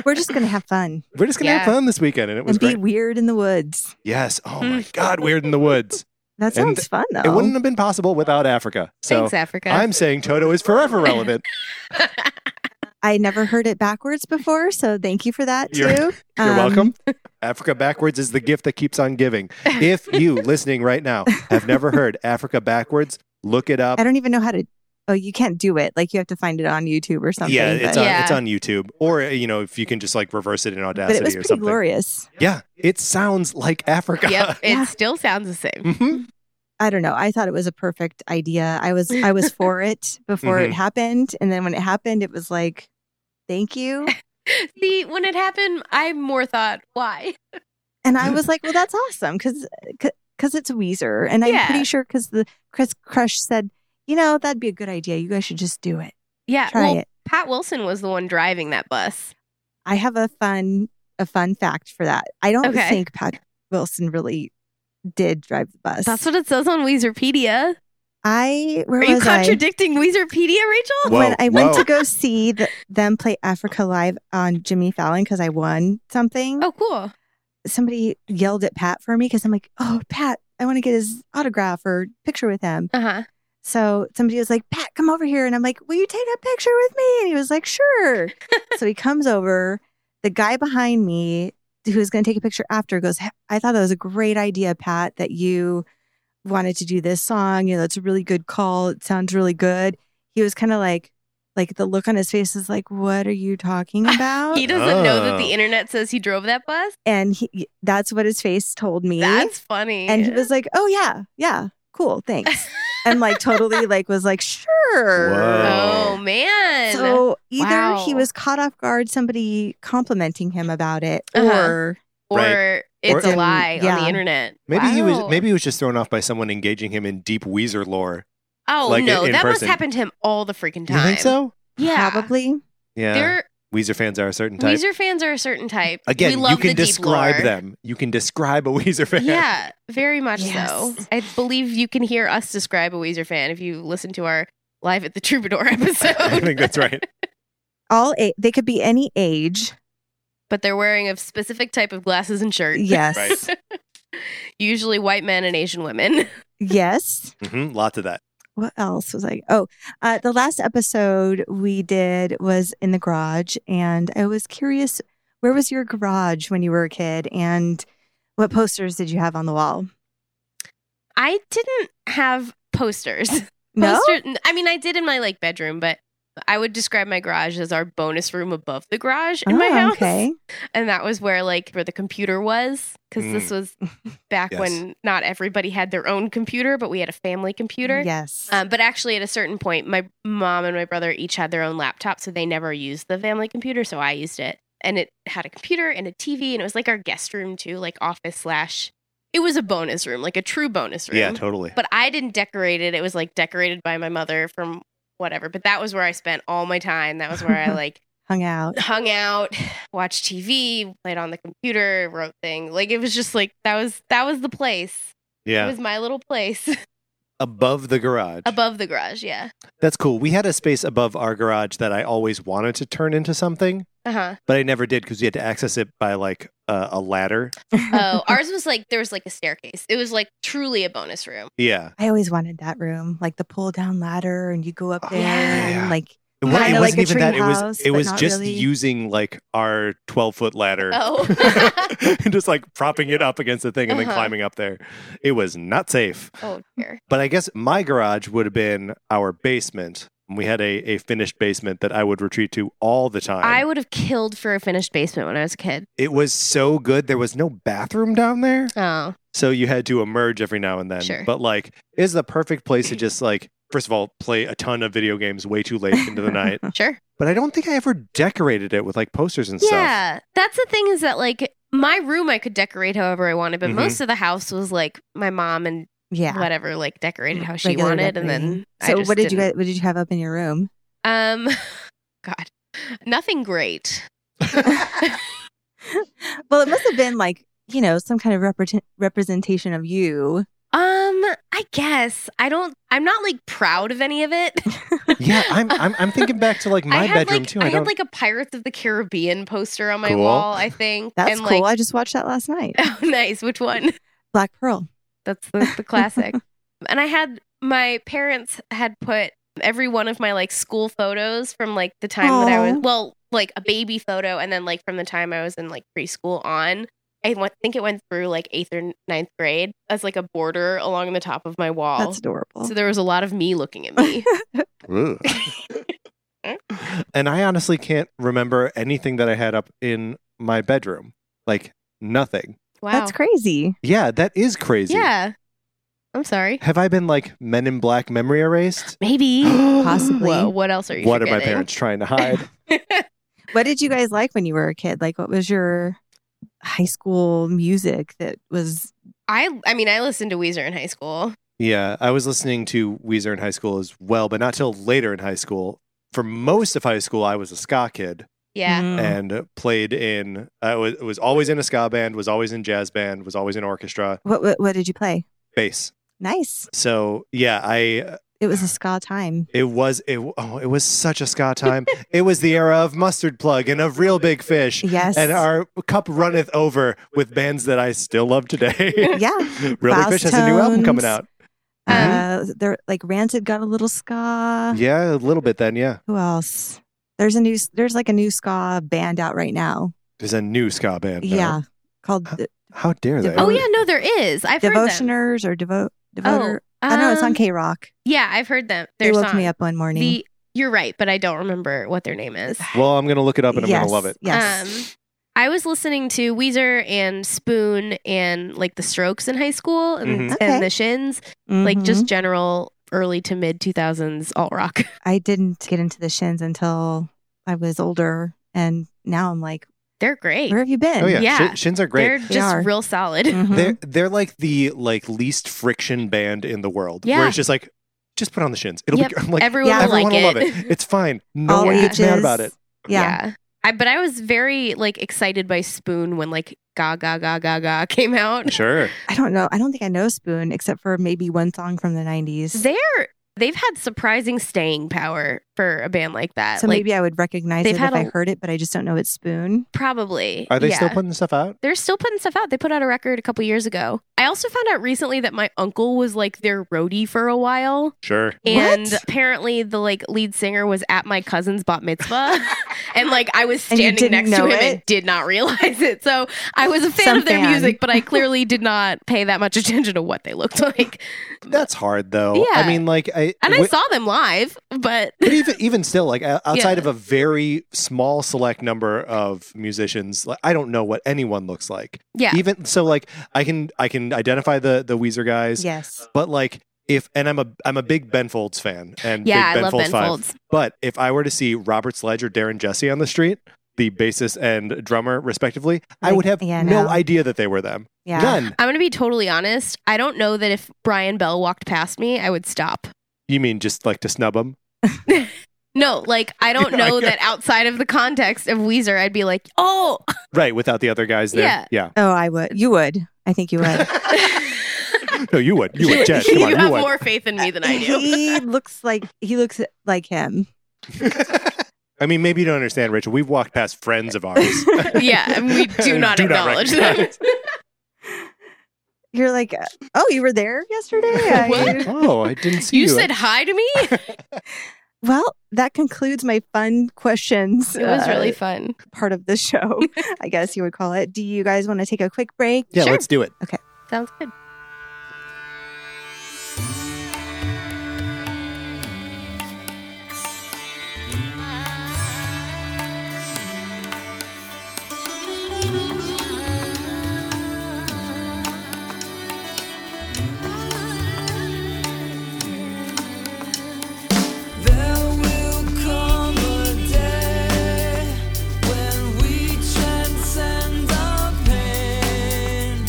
S1: We're just gonna have fun
S3: We're just gonna have
S2: Yeah.
S3: fun this weekend, and it was
S1: and be
S3: great.
S1: weird in the woods.
S3: Yes. Oh my God, Weird in the Woods.
S1: That
S3: And
S1: sounds fun though.
S3: It wouldn't have been possible without Africa. So
S2: Oh. Thanks, Africa.
S3: I'm saying Toto is forever relevant.
S1: I never heard it backwards before, so thank you for that
S3: You're-
S1: too.
S3: You're
S1: Um,
S3: welcome. Africa backwards is the gift that keeps on giving. If you listening right now have never heard Africa backwards, look it up.
S1: I don't even know how to. Oh, you can't do it. Like you have to find it on YouTube or something.
S3: Yeah, it's
S1: but,
S3: on
S2: Yeah.
S3: it's on YouTube, or uh, you know, if you can just like reverse it in
S1: but
S3: Audacity
S1: it was
S3: or
S1: pretty
S3: something.
S1: glorious.
S3: Yeah, it sounds like Africa.
S2: yep. It
S1: Yeah.
S2: still sounds the same.
S3: Mhm.
S1: I don't know. I thought it was a perfect idea. I was I was for it before it
S3: Mhm.
S1: happened, and then when it happened, it was like, thank you.
S2: See, when it happened, I more thought, why?
S1: And I was like, well, that's awesome because because it's Weezer, and I'm
S2: Yeah.
S1: pretty sure because the Chris Crush said, you know, that'd be a good idea. You guys should just do it.
S2: Yeah.
S1: Try
S2: Uh, well,
S1: it.
S2: Pat Wilson was the one driving that bus.
S1: I have a fun a fun fact for that. I don't
S2: Okay.
S1: think Pat Wilson really did drive the bus.
S2: That's what it says on Weezerpedia.
S1: I where
S2: Are you
S1: was I?
S2: contradicting Weezerpedia, Rachel?
S3: Whoa,
S1: when I went
S3: whoa.
S1: to go see the, them play Africa Live on Jimmy Fallon because I won something,
S2: Oh, cool.
S1: somebody yelled at Pat for me because I'm like, oh, Pat, I want to get his autograph or picture with him.
S2: Uh huh.
S1: So somebody was like, Pat, come over here. And I'm like, will you take a picture with me? And he was like, sure. so he comes over. The guy behind me, who's going to take a picture after, goes, I thought that was a great idea, Pat, that you wanted to do this song. You know, that's a really good call. It sounds really good. He was kind of like, like the look on his face is like, what are you talking about?
S2: He doesn't know that
S3: Oh.
S2: the internet says he drove that bus.
S1: and he, that's what his face told me.
S2: That's funny.
S1: and he was like, oh, yeah, yeah, cool, thanks. and like totally like was like, sure.
S3: Whoa.
S2: oh man.
S1: So either he
S2: Wow.
S1: was caught off guard, somebody complimenting him about it,
S2: Uh-huh.
S1: or
S2: or it's
S3: Or-
S2: a lie on
S1: Yeah.
S2: the internet.
S3: Maybe he
S2: Wow.
S3: was maybe he was just thrown off by someone engaging him in deep Weezer lore.
S2: Oh
S3: like,
S2: no,
S3: in
S2: that must
S3: person.
S2: happen to him all the freaking time.
S3: You think so?
S2: Yeah.
S1: probably.
S3: Yeah.
S2: They're
S3: Weezer fans are a certain type.
S2: Weezer fans are a certain type. we
S3: Again,
S2: love
S3: you can
S2: the deep
S3: describe
S2: lore.
S3: them. You can describe a Weezer fan.
S2: Yeah, very much so.
S1: Yes.
S2: I believe you can hear us describe a Weezer fan if you listen to our live at the Troubadour episode.
S3: I think that's right.
S1: All a- they could be any age.
S2: but they're wearing a specific type of glasses and shirt.
S1: Yes,
S3: Right.
S2: Usually white men and Asian women.
S1: yes.
S3: hmm Lots of that.
S1: What else was I? Oh, uh, the last episode we did was in the garage, and I was curious, where was your garage when you were a kid, and what posters did you have on the wall?
S2: I didn't have posters.
S1: No,
S2: Poster- n- I mean, I did in my like bedroom, but I would describe my garage as our bonus room above the garage in my
S1: Oh,
S2: house.
S1: Okay,
S2: And that was where like where the computer was because this was back
S3: Yes.
S2: when not everybody had their own computer, but we had a family computer.
S1: yes,
S2: Um, but actually, at a certain point, my mom and my brother each had their own laptop, so they never used the family computer. So I used it, and it had a computer and a TV, and it was like our guest room too, like office slash It was a bonus room, like a true bonus room.
S3: Yeah, totally.
S2: But I didn't decorate it. It was like decorated by my mother from whatever. But that was where I spent all my time. That was where I like
S1: Hung out.
S2: hung out, watched TV, played on the computer, wrote things. Like it was just like that was that was the place. It
S3: Yeah.
S2: was my little place
S3: Above the garage.
S2: above the garage. Yeah.
S3: That's cool. We had a space above our garage that I always wanted to turn into something,
S2: Uh huh.
S3: but I never did because you had to access it by like uh, a ladder.
S2: Oh, ours was like there was like a staircase. It was like truly a bonus room.
S3: Yeah.
S1: I always wanted that room, like the pull down ladder, and you go up
S3: Oh,
S1: there,
S3: yeah.
S1: and like
S3: It, wa-
S1: Kinda
S3: it
S1: like
S3: wasn't
S1: a
S3: even
S1: tree
S3: that.
S1: house,
S3: it
S1: but
S3: was. It was
S1: not
S3: just
S1: really.
S3: using like our twelve foot ladder.
S2: Oh.
S3: and just like propping it up against the thing and then
S2: Uh-huh.
S3: climbing up there. It was not safe.
S2: Oh dear.
S3: But I guess my garage would have been our basement. We had a, a finished basement that I would retreat to all the time.
S2: I would have killed for a finished basement when I was a kid.
S3: it was so good. There was no bathroom down there.
S2: Oh.
S3: So you had to emerge every now and then.
S2: Sure.
S3: But like, is the perfect place to just like, first of all, play a ton of video games way too late into the night.
S2: Sure.
S3: But I don't think I ever decorated it with like posters and stuff.
S2: Yeah. That's the thing is that like my room I could decorate however I wanted, but
S3: Mhm.
S2: most of the house was like my mom and
S1: Mm-hmm. yeah, Mm-hmm.
S2: whatever like decorated how she
S1: regular
S2: wanted and
S1: decorating.
S2: then I
S1: So
S2: just
S1: what did you
S2: didn't.
S1: guys, what did you have up in your room?
S2: Um, God, nothing great.
S1: well, it must have been like you know some kind of represent- representation of you.
S2: Um, I guess I don't. I'm not like proud of any of it.
S3: Yeah, I'm, I'm I'm thinking back to like my
S2: I had,
S3: bedroom
S2: like,
S3: too.
S2: I,
S3: I,
S2: had
S3: don't.
S2: like a Pirates of the Caribbean poster on my
S3: Cool.
S2: wall. I think
S1: That's
S2: and,
S1: cool.
S2: Like,
S1: I just watched that last night.
S2: oh, nice. Which one?
S1: Black Pearl.
S2: That's the, the classic. and I had my parents had put every one of my like school photos from like the time that I
S1: Aw.
S2: was well, like a baby photo, and then like from the time I was in like preschool on. I went, think it went through like eighth or ninth grade as like a border along the top of my wall.
S1: That's adorable.
S2: so there was a lot of me looking at me.
S3: Ugh. and I honestly can't remember anything that I had up in my bedroom. Like nothing.
S2: wow.
S1: That's crazy.
S3: Yeah, that is crazy.
S2: Yeah. I'm sorry.
S3: Have I been like Men in Black memory erased?
S2: Maybe.
S1: Possibly.
S2: Whoa, what else are you
S3: What are my
S2: forgetting?
S3: parents trying to hide?
S1: What did you guys like when you were a kid? Like, what was your high school music that was?
S2: I I mean I listened to Weezer in high school.
S3: yeah, I was listening to Weezer in high school as well, but not till later in high school. For most of high school, I was a ska kid
S2: Yeah.
S1: Mm.
S3: and played in. I was, was always in a ska band, was always in jazz band, was always in orchestra,
S1: What, what what did you play?
S3: bass.
S1: Nice.
S3: So yeah, I
S1: It was a ska time.
S3: It was it. Oh, it was such a ska time. it was the era of mustard plug and of real big fish.
S1: Yes.
S3: And our cup runneth over with bands that I still love today.
S1: yeah.
S3: real big fish has a new album coming out.
S2: Uh-huh.
S3: Mm-hmm.
S1: Uh, there like Rancid got a little ska.
S3: Yeah, a little bit then. Yeah,
S1: Who else? There's a new there's like a new ska band out right now.
S3: there's a new ska band. now.
S1: Yeah, called the
S3: How dare
S1: Mm-hmm.
S3: they?
S2: Oh yeah, no, there is. I've heard them.
S1: Devotioners or Devo Devoter. I don't know. It's on
S2: Um,
S1: K Rock.
S2: Yeah, I've heard them.
S1: They
S2: Their
S1: woke
S2: song.
S1: me up one morning.
S2: The you're right, but I don't remember what their name is.
S3: Well, I'm gonna look it up and I'm
S1: yes,
S3: gonna love it.
S1: Yes.
S2: Um, I was listening to Weezer and Spoon and like the Strokes in high school and,
S3: Mhm.
S1: Okay.
S2: and the Shins, Um, like just
S1: Mhm.
S2: general early to mid 2000s alt rock.
S1: I didn't get into the Shins until I was older, and now I'm like,
S2: They're great.
S1: where have you been?
S3: Oh yeah,
S2: Yeah.
S3: Sh- Shins are great.
S2: They're mm-hmm. just
S1: They are.
S2: real solid.
S1: Mhm.
S3: They're they're like the like least friction band in the world.
S2: Yeah.
S3: Where it's just like, just put on the shins. It'll
S2: Yep.
S3: be. I'm like,
S2: Everyone
S1: Yeah.
S2: will
S3: everyone
S2: like
S3: will love
S2: it.
S3: it. It's fine. No
S1: All
S3: one gets mad
S1: ages.
S3: about it.
S1: Yeah.
S2: I, but I was very like excited by Spoon when like Ga Ga Ga Ga Ga came out.
S3: Sure.
S1: I don't know. I don't think I know Spoon except for maybe one song from the '90s.
S2: They're they've had surprising staying power for a band like that.
S1: so
S2: like
S1: maybe I would recognize
S2: they've
S1: it if
S2: had
S1: I
S2: a-
S1: heard it, but I just don't know it's Spoon.
S2: probably.
S3: Are they
S2: yeah.
S3: still putting stuff out?
S2: They're still putting stuff out. They put out a record a couple years ago. I also found out recently that my uncle was like their roadie for a while.
S3: Sure.
S2: And
S1: What?
S2: apparently the like lead singer was at my cousin's bat mitzvah. and like I was
S1: And you
S2: standing
S1: didn't
S2: next to
S1: know
S2: him and
S1: it?
S2: did not realize it. So I was a fan
S1: Some
S2: of their
S1: fan.
S2: music, but I clearly did not pay that much attention to what they looked like.
S3: That's hard though. I
S2: Yeah.
S3: mean, like I
S2: And I
S3: wi-
S2: saw them live, but
S3: but even even still, like o- outside
S2: Yeah.
S3: of a very small select number of musicians, like I don't know what anyone looks like.
S2: yeah.
S3: Even so, like I can I can identify the the Weezer guys,
S1: Yes.
S3: but like if and I'm a I'm a big Ben Folds fan and
S2: Yeah,
S3: big
S2: I
S3: Ben
S2: love
S3: Folds
S2: Ben
S3: five.
S2: Folds.
S3: But if I were to see Robert Sledge or Darren Jesse on the street, the bassist and drummer, respectively, I
S1: Like,
S3: would have
S1: yeah,
S3: no
S1: no.
S3: idea that they were them.
S1: Yeah.
S3: None.
S2: I'm going to be totally honest. I don't know that if Brian Bell walked past me, I would stop.
S3: You mean just like to snub them?
S2: No, like I don't
S3: Yeah,
S2: know
S3: I
S2: that outside of the context of Weezer, I'd be like, oh,
S3: Right, without the other guys there.
S2: Yeah.
S1: Oh, I would. You would. I think you would.
S3: no, you would. You would, Jess. Come on,
S2: you
S3: you,
S2: have
S3: would.
S2: more faith in me than I do.
S1: he looks like he looks like him.
S3: I mean, maybe you don't understand, Rachel. We've walked past friends of ours.
S2: yeah, and we do not acknowledge them.
S3: recognize.
S1: You're like, oh, you were there yesterday. I-
S2: What?
S3: oh, I didn't see
S2: You
S3: you.
S2: said hi to me.
S1: well, that concludes my fun questions.
S2: It was
S1: uh,
S2: really fun.
S1: part of the show. I guess you would call it. Do you guys want to take a quick break?
S3: yeah,
S2: Sure.
S3: let's do it.
S2: Sounds good.
S4: There will come a day when we transcend our pain.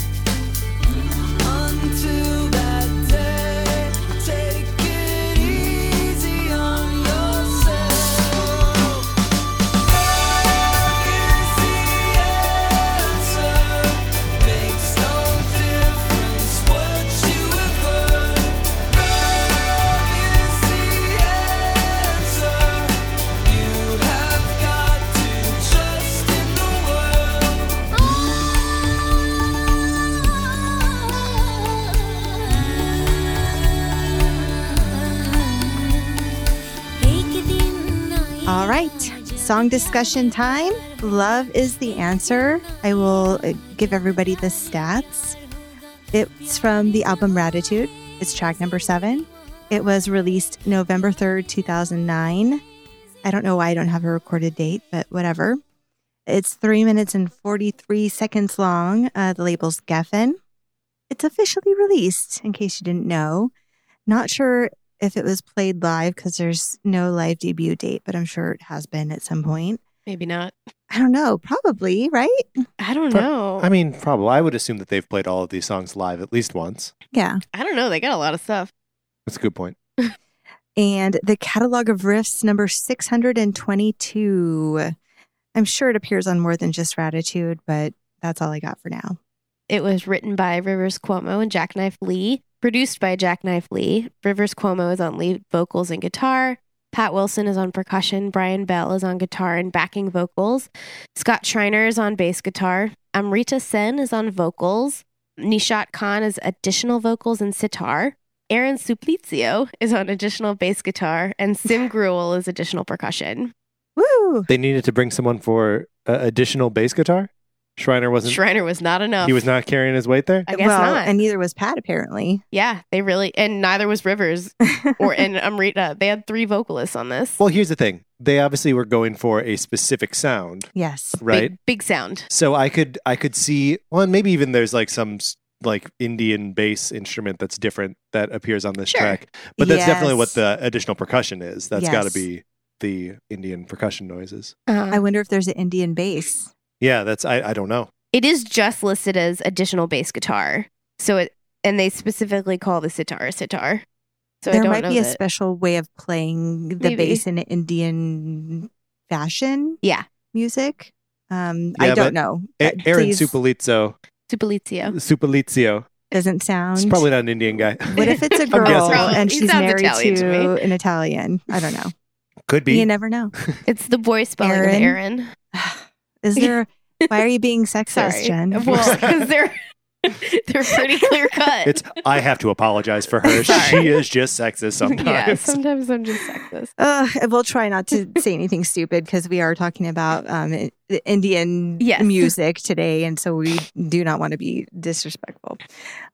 S4: Until that day, take it easy on yourself. Love the answer. Makes no difference what you have heard. Love the answer. You have got to trust in the world.
S1: All right. Song discussion time. Love is the answer. I will uh, give everybody the stats. It's from the album Ratitude. It's track number seven. It was released November 3rd, 2009. I don't know why I don't have a recorded date, but whatever. It's three minutes and 43 seconds long. Uh, the label's Geffen. It's officially released, in case you didn't know. Not sure if it was played live because there's no live debut date, but I'm sure it has been at some point.
S2: Maybe not.
S1: I don't know, probably, right?
S2: I don't
S3: Pro-
S2: know.
S3: I mean, probably. I would assume that they've played all of these songs live at least once.
S1: Yeah.
S2: I don't know. They got a lot of stuff.
S3: That's a good point.
S1: And the catalog of riffs number 622. I'm sure it appears on more than just Ratitude, but that's all I got for now.
S2: It was written by Rivers Cuomo and Jackknife Lee, produced by Jackknife Lee. Rivers Cuomo is on lead vocals and guitar. Pat Wilson is on percussion. Brian Bell is on guitar and backing vocals. Scott Schreiner is on bass guitar. Amrita Sen is on vocals. Nishat Khan is additional vocals and sitar. Aaron Suplicio is on additional bass guitar, and Sim Gruel is additional percussion.
S1: Woo!
S3: They needed to bring someone for uh, additional bass guitar. Shriner wasn't.
S2: Schreiner was not enough.
S3: He was not carrying his weight there.
S2: I guess
S1: well,
S2: not.
S1: And neither was Pat, apparently.
S2: Yeah, they really, and neither was Rivers or and Amrita. They had three vocalists on this.
S3: Well, here's the thing. They obviously were going for a specific sound,
S1: Yes.
S3: right?
S2: Big, big sound.
S3: So I could I could see well, and maybe even there's like some s- like Indian bass instrument that's different that appears on this
S2: Sure.
S3: track, but that's definitely what
S1: Yes.
S3: the additional percussion is. That's got to
S1: Yes.
S3: be the Indian percussion noises.
S1: I
S2: Uh,
S1: wonder if there's an Indian bass.
S3: Yeah, that's I I don't know.
S2: it is just listed as additional bass guitar. So it, and they specifically call the sitar a sitar. So I
S1: there
S2: don't
S1: might
S2: know
S1: be a
S2: that-
S1: special way of playing the
S2: Maybe.
S1: bass in Indian fashion.
S2: Yeah.
S1: Music. Um,
S3: Yeah,
S1: I
S3: but
S1: don't know.
S3: A-
S1: Uh,
S3: Aaron
S1: please-
S3: Supalizio,
S2: Supalizio.
S3: Supalizio,
S1: doesn't
S3: it's
S1: sound.
S3: probably not an Indian guy.
S1: what if it's a girl
S3: guessing.
S1: and
S2: He
S1: she's
S2: sounds
S1: married
S2: Italian
S1: to,
S2: to me.
S1: an Italian? I don't know.
S3: could be.
S1: You never know.
S2: It's the boy spelling of
S1: Aaron?
S2: Aaron.
S1: Is there? why are you being sexist,
S2: Sorry.
S1: Jen?
S2: Well, because they're they're pretty clear cut.
S3: it's I have to apologize for her.
S2: Sorry.
S3: she is just sexist sometimes.
S2: yeah. Sometimes I'm just sexist.
S1: Uh, we'll try not to say anything stupid because we are talking about um, I- Indian
S2: Yes.
S1: music today, and so we do not want to be disrespectful.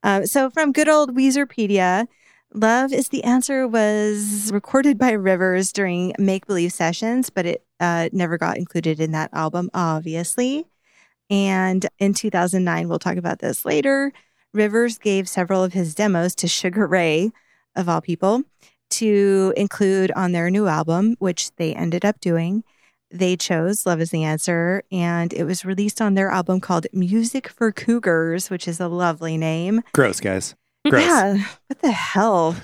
S1: Um, so, from good old Weezerpedia, "Love is the Answer" was recorded by Rivers during make believe sessions, but it uh, never got included in that album, obviously. And in 2009, we'll talk about this later. Rivers gave several of his demos to Sugar Ray, of all people to include on their new album, which they ended up doing. They chose Love is the Answer, and it was released on their album called Music for Cougars, which is a lovely name.
S3: Gross, guys. Gross.
S1: Yeah. What the hell?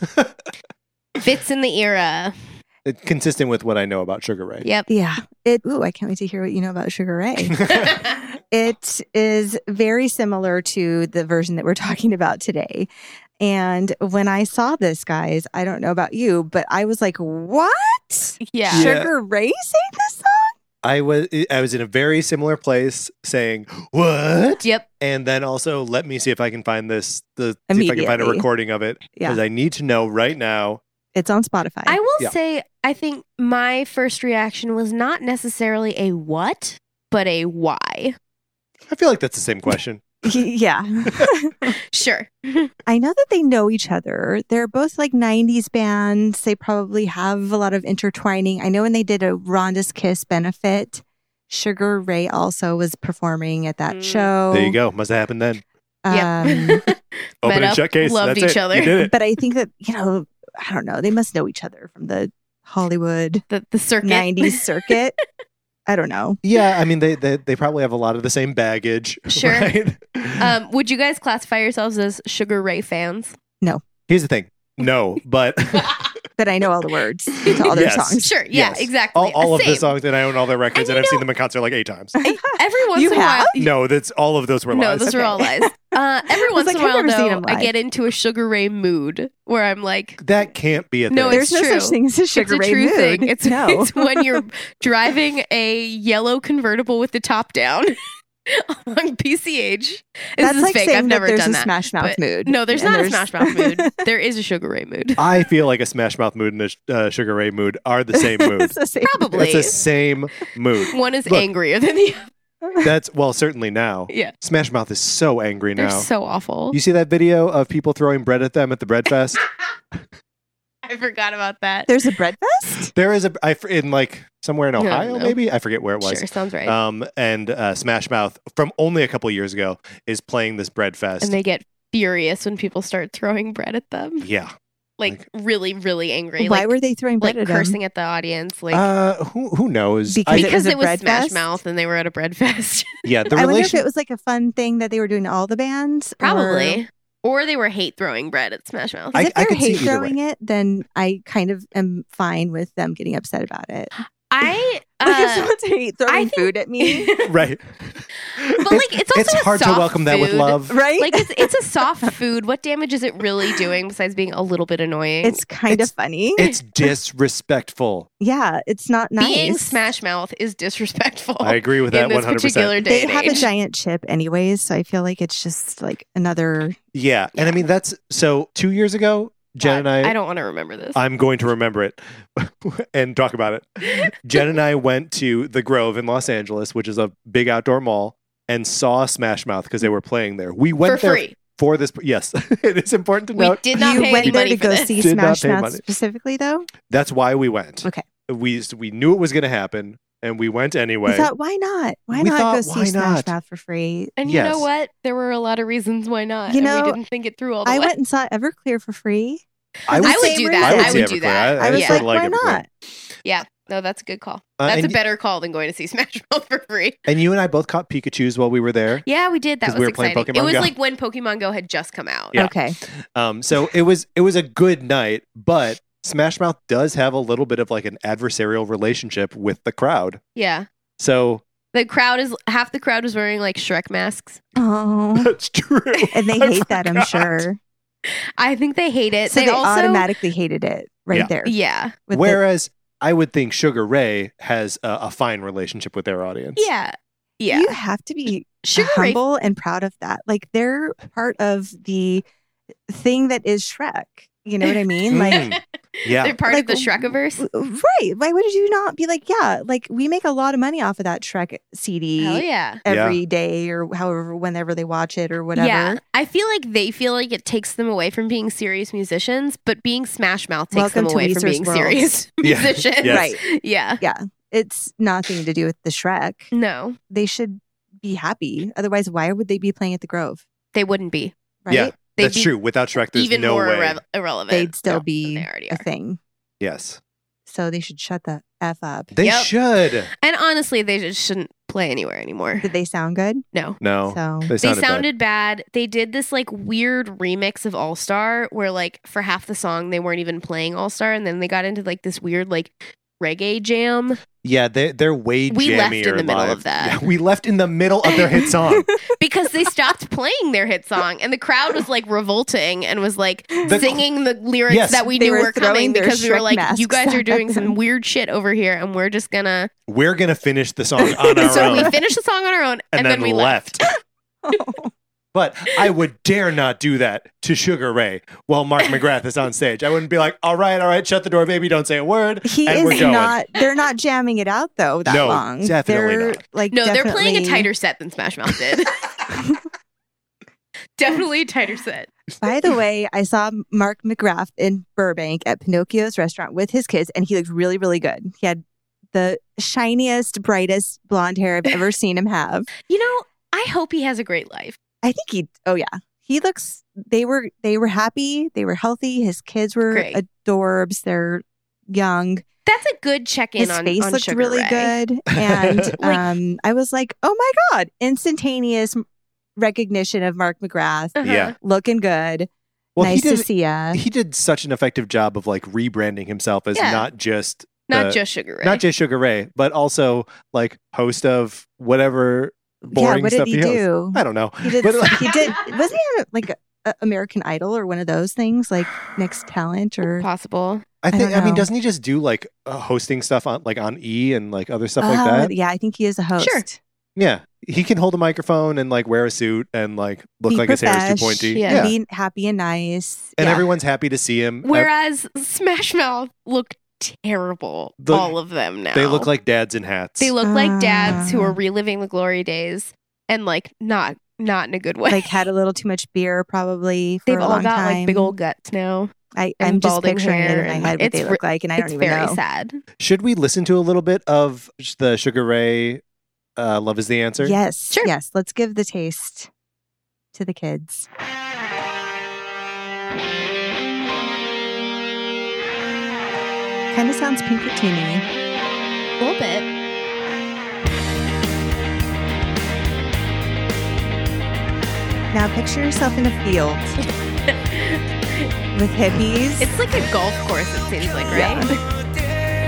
S2: Fits in the era.
S3: It's consistent with what I know about Sugar Ray.
S2: Yep.
S1: Yeah. It ooh, I can't wait to hear what you know about Sugar Ray. It is very similar to the version that we're talking about today. And when I saw this, guys, I don't know about you, but I was like, what?
S2: yeah.
S3: Sure.
S1: Sugar Ray sang this song?
S3: I was I was in a very similar place saying, What?
S2: Yep.
S3: And then also let me see if I can find this the see if I can find a
S1: Immediately.
S3: recording of it. Because
S1: Yeah.
S3: I need to know right now.
S1: It's on Spotify.
S2: I will
S3: Yeah.
S2: say, I think my first reaction was not necessarily a what, but a why.
S3: I feel like that's the same question.
S1: yeah.
S2: Sure.
S1: I know that they know each other. They're both like 90s bands. They probably have a lot of intertwining. I know when they did a Rhonda's Kiss benefit, Sugar Ray also was performing at that
S2: Mm.
S1: show. Um,
S3: There you go. Must have happened then.
S2: Yep.
S3: Open
S2: Met
S3: and
S2: up,
S3: shut case.
S2: loved each
S3: That's it. You
S2: other.
S3: did it.
S1: but I think that, you know, I don't know. They must know each other from the Hollywood
S2: the, the circuit.
S1: 90s circuit. I don't know.
S3: Yeah, I mean they, they they probably have a lot of the same baggage.
S2: Sure.
S3: right?
S2: Um, would you guys classify yourselves as Sugar Ray fans?
S3: Here's the thing. No, but
S1: But I know all the words to all their
S3: Yes.
S1: songs.
S2: Sure. Yeah,
S3: Yes.
S2: exactly.
S3: all, all of the
S2: Same.
S3: songs and I own all their records and,
S2: And you
S3: I've seen them in concert like eight times.
S2: I- Every once
S1: You
S2: in a while.
S3: No, that's all of those were
S2: no,
S3: lies.
S2: those were
S1: Okay.
S2: all lies. Uh, every
S1: was
S2: once
S1: like,
S2: in a
S1: I've
S2: while,
S1: never seen
S2: though,
S1: him
S2: I
S1: live.
S2: get into a Sugar Ray mood where I'm like,
S3: that can't be a
S2: No,
S3: thing.
S2: it's
S1: There's no
S2: true.
S1: such thing as a
S2: it's
S1: Sugar
S2: a
S1: Ray
S2: true
S1: mood.
S2: thing. It's,
S1: no.
S2: it's when you're driving a yellow convertible with the top down on PCH. This
S1: That's
S2: is
S1: like
S2: fake.
S1: saying
S2: I've never
S1: that there's
S2: done
S1: a
S2: that.
S1: Smash Mouth
S2: but-
S1: mood.
S2: No, there's
S1: And
S2: not a Smash Mouth mood. There is a Sugar Ray mood.
S3: I feel like a Smash Mouth mood and a uh, Sugar Ray mood are the same mood.
S1: It's the same
S2: Probably.
S3: it's the same mood.
S2: One is
S3: Look.
S2: angrier than the other.
S3: That's well, certainly now.
S2: Yeah.
S3: Smash Mouth is so angry
S2: They're
S3: now.
S2: so awful.
S3: you see that video of people throwing bread at them at the bread fest?
S2: I forgot about that.
S1: There's a bread fest?
S3: there is a I f- in like somewhere in
S2: don't
S3: Ohio,
S2: know.
S3: maybe I forget where it was.
S2: Sure, sounds right.
S3: Um, and uh, Smash Mouth from only a couple years ago is playing this bread fest.
S2: and they get furious when people start throwing bread at them.
S3: yeah.
S2: Like, really, really angry.
S1: Why
S2: like,
S1: were they throwing bread
S2: like
S1: at him?
S2: cursing at the audience? Like
S3: uh, who who knows?
S1: Because it
S3: I-
S1: was
S2: because
S1: a
S2: it was,
S1: bread
S2: Smash
S1: fest?
S2: Mouth and they were at a bread fest.
S3: yeah, the
S1: I wonder if
S3: relation.
S1: it was like a fun thing that they were doing to all the bands. or-
S2: Probably. Or they were hate throwing bread at Smash Mouth.
S1: 'Cause
S3: I-
S1: if they're
S3: could see
S1: hate
S3: either way.
S1: throwing it, then I kind of am fine with them getting upset about it.
S2: I
S1: like if
S2: uh,
S1: someone's hate throwing
S2: think-
S1: food at me,
S3: right.
S2: but like it's also
S3: it's
S2: a
S3: hard to
S2: soft
S3: welcome that with
S2: food.
S3: love.
S1: right?
S2: Like it's it's a soft food. What damage is it really doing besides being a little bit annoying?
S1: it's kind
S3: it's-
S1: of funny.
S3: It's disrespectful.
S1: yeah, it's not nice.
S2: being Smash Mouth is disrespectful.
S3: I agree with
S2: Oh, in
S3: that
S2: this
S3: one hundred percent.
S2: particular day
S1: they
S2: and
S1: have a
S2: age.
S1: giant chip anyways, so I feel like it's just like another.
S3: Yeah, and I mean that's so. Two years ago, Jen and I.
S2: I don't want to remember this.
S3: I'm going to remember it and talk about it. Jen and I went to the Grove in Los Angeles, which is a big outdoor mall, and saw Smash Mouth because they were playing there. We went
S2: For
S3: there
S2: free.
S3: for this. Yes, it is important to
S2: We
S3: note
S2: did not
S1: you
S2: pay
S1: went
S2: any
S1: there
S2: money
S1: to
S2: for
S1: go
S2: this.
S1: see
S3: Did not
S1: Smash
S3: pay
S1: Mouth
S3: money.
S1: specifically, though.
S3: that's why we went.
S1: Okay.
S3: we we knew it was going to happen, and we went anyway.
S1: I thought, why not? Why
S3: We
S1: not
S3: thought,
S1: go
S3: why
S1: see Smash
S3: not?
S1: Mouth for free?
S2: And you
S3: Yes.
S2: know what? There were a lot of reasons why not.
S1: You
S2: and
S1: know,
S2: we didn't think it through all the
S1: I
S2: way.
S1: went and saw Everclear for free.
S3: I
S1: was
S2: I
S3: would,
S2: would
S1: same
S2: do
S1: reason.
S2: that.
S1: I would
S2: I
S3: see
S2: would do
S3: Everclear.
S2: that.
S1: I was
S2: yeah.
S3: sort
S1: like,
S3: of Uh, like
S1: why
S3: Everclear.
S1: not?
S2: yeah. No, that's a good call.
S3: Uh,
S2: That's
S3: and,
S2: a better call than going to see Smash Mouth for free.
S3: and you and I both caught Pikachu's while we were there.
S2: Yeah, we did. That
S3: 'Cause
S2: was
S3: we were playing
S2: exciting.
S3: Pokemon
S2: it was
S3: Go.
S2: like when Pokemon Go had just come out.
S3: Yeah.
S1: Okay.
S3: Um, so it was it was a good night, but Smash Mouth does have a little bit of like an adversarial relationship with the crowd.
S2: Yeah.
S3: So
S2: The crowd is half the crowd was wearing like Shrek masks.
S1: Oh,
S3: that's true.
S1: and they
S3: I
S1: hate that, I'm
S3: forgot.
S1: sure.
S2: I think they hate it.
S1: So they,
S2: also
S1: automatically hated it right
S3: Yeah.
S1: there.
S2: Yeah.
S1: with the-
S3: Whereas I would think Sugar Ray has a, a fine relationship with their audience.
S2: Yeah. Yeah.
S1: you have to be
S2: Sugar Ray
S1: humble and proud of that. Like they're part of the thing that is Shrek. You know what I mean? Like,
S3: Mm, yeah.
S2: They're part
S1: Like,
S2: of the Shrekiverse.
S1: right? Why would you not be like, yeah? Like we make a lot of money off of that Shrek CD
S2: Hell
S1: every day
S2: yeah.
S1: or however, whenever they watch it or whatever.
S2: Yeah. I feel like they feel like it takes them away from being serious musicians, but being Smash Mouth takes
S1: Welcome
S2: them
S1: to
S2: away from
S1: Weezer's
S2: being
S1: world.
S2: serious
S3: Yeah.
S2: musicians.
S3: Yes.
S1: Right?
S2: Yeah.
S1: It's nothing to do with the Shrek.
S2: No.
S1: They should be happy. Otherwise, why would they be playing at the Grove?
S2: They wouldn't be.
S1: Right?
S3: Yeah.
S2: They'd
S3: That's
S2: be
S3: true. Without Shrek, there's
S2: Even
S3: no
S2: more
S3: way.
S2: irre- irrelevant.
S1: They'd still
S2: than
S1: be
S2: they already
S1: a
S2: are.
S1: thing.
S3: yes.
S1: So they should shut the F up.
S3: They
S2: Yep.
S3: should.
S2: And honestly, they just shouldn't play anywhere anymore.
S1: Did they sound good?
S2: No.
S3: No,
S1: So
S3: they
S2: They
S3: sounded. bad.
S2: sounded bad. They did this like weird remix of All Star where like for half the song they weren't even playing All Star and then they got into like this weird like reggae jam
S3: Yeah, they, they're way
S2: We
S3: jammier
S2: left in the middle
S3: live.
S2: of that.
S3: Yeah, we left in the middle of their hit song.
S2: because they stopped playing their hit song and the crowd was like revolting and was like
S3: The-
S2: singing the lyrics
S3: Yes.
S2: that we
S1: They
S2: knew
S1: were
S2: were coming
S1: throwing their
S2: because we were
S1: shrek
S2: like
S1: masks
S2: you guys are
S1: at
S2: doing
S1: them.
S2: some weird shit over here and we're just gonna
S3: We're gonna finish the song on our
S2: so
S3: own,
S2: we finished the song on our own and,
S3: and then,
S2: we left.
S3: left. But I would dare not do that to Sugar Ray while Mark McGrath is on stage. I wouldn't be like, "All right, all right, shut the door, baby, don't say a word."
S1: he
S3: And we're
S1: is
S3: going.
S1: not. They're not jamming it out though. That
S3: No,
S1: long.
S3: definitely
S1: they're,
S3: not.
S1: Like
S2: No, they're playing a
S1: definitely-
S2: tighter set than Smash Mouth did. Definitely a tighter set.
S1: By the way, I saw Mark McGrath in Burbank at Pinocchio's restaurant with his kids, and he looked really, really good. He had the shiniest, brightest blonde hair I've ever seen him have.
S2: You know, I hope he has a great life.
S1: I think he. Oh yeah, he looks. They were. They were happy. They were healthy. His kids were
S2: Great.
S1: adorbs. They're young.
S2: That's a good check in
S1: His
S2: on,
S1: face
S2: on
S1: looked
S2: Sugar
S1: really
S2: Ray.
S1: good, and
S2: Like-
S1: um, I was like, oh my god, instantaneous recognition of Mark McGrath,
S2: Uh-huh.
S3: Yeah.
S1: looking good.
S3: Well,
S1: nice
S3: he
S1: to
S3: did.
S1: see ya.
S3: He did such an effective job of like rebranding himself as
S2: Yeah.
S3: not just
S2: Not
S3: Uh,
S2: just Sugar Ray.
S3: not just Sugar Ray, but also like host of whatever boring
S1: yeah, what
S3: stuff
S1: did he,
S3: hosts.
S1: do?
S3: I don't know.
S1: He did.
S3: But, like-
S1: he did. Wasn't he on like a, American Idol or one of those things, like Next Talent or?
S2: possible.
S3: I think.
S1: don't
S3: I, mean,
S1: know.
S3: doesn't he just do like uh, hosting stuff on like on E and like other stuff like
S1: Oh,
S3: that?
S1: Yeah, I think he is a host.
S2: Sure.
S3: Yeah, he can hold a microphone and like wear a suit and like look
S1: Be
S3: like his hair is
S1: profesh,
S3: too pointy.
S2: yeah.
S1: and Be happy and nice.
S3: and
S1: Yeah.
S3: everyone's happy to see him. Uh, Ev-
S2: Whereas Smash Mouth looked terrible.
S3: The-
S2: all of them now.
S3: they look like dads in hats.
S2: they look like dads who
S1: Ah.
S2: are reliving the glory days and like not not in a good way.
S1: like had a little too much beer probably. For
S2: They've
S1: a
S2: all
S1: long
S2: got like
S1: time.
S2: big old guts now.
S1: I,
S2: and
S1: I'm just
S2: balding
S1: picturing it
S2: hair
S1: in
S2: and,
S1: my
S2: like,
S1: head what
S2: it's
S1: they
S2: re-
S1: look like, and I don't
S2: it's
S1: even
S2: very
S1: know.
S2: sad.
S3: Should we listen to a little bit of sh- the Sugar Ray? Uh, Love is the answer.
S1: Yes,
S2: Sure.
S1: yes. Let's give the taste to the kids. Kind of sounds Pinkertini.
S2: A little bit.
S1: Now picture yourself in a field with hippies.
S2: It's like a golf course. It seems like right.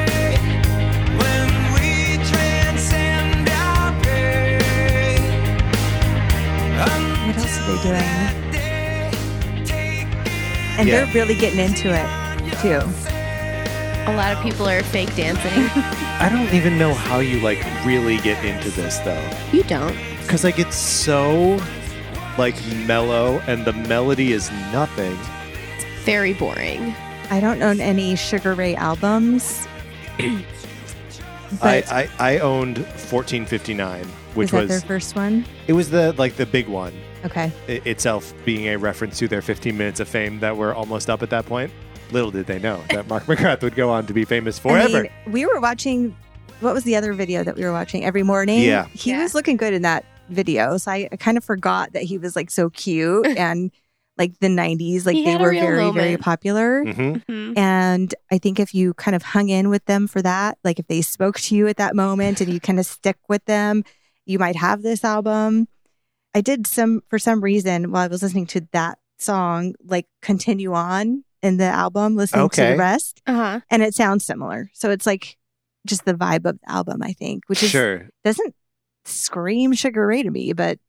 S1: what else are they doing? And
S3: Yeah.
S1: they're really getting into it too.
S2: A lot of people are fake dancing.
S3: I don't even know how you like really get into this though,
S2: you don't.
S3: because like it's so like mellow and the melody is nothing.
S2: Very boring.
S1: I don't own any Sugar Ray albums. but
S3: I, I I owned 1459,
S1: was
S3: which
S1: that
S3: was
S1: their first one?
S3: it was the like the big one.
S1: Okay.
S3: i- itself being a reference to their 15 minutes of fame that were almost up at that point. Little did they know that Mark McGrath would go on to be famous forever.
S1: I mean, we were watching. What was the other video that we were watching every morning?
S3: Yeah.
S1: he
S2: Yeah.
S1: was looking good in that video. So I, I kind of forgot that he was like so cute and like the '90s, like
S2: He
S1: they
S2: had a
S1: were
S2: real
S1: very very
S2: moment.
S1: popular.
S3: Mhm.
S2: Mhm.
S1: And I think if you kind of hung in with them for that, like if they spoke to you at that moment and you kind of stick with them, you might have this album. I did some, for some reason, while I was listening to that song, like continue on in the album, listening to
S3: Okay.
S1: the rest,
S2: Uh huh.
S1: and it sounds similar. So it's like just the vibe of the album, I think, which is,
S3: Sure.
S1: doesn't scream Sugar Ray to me, but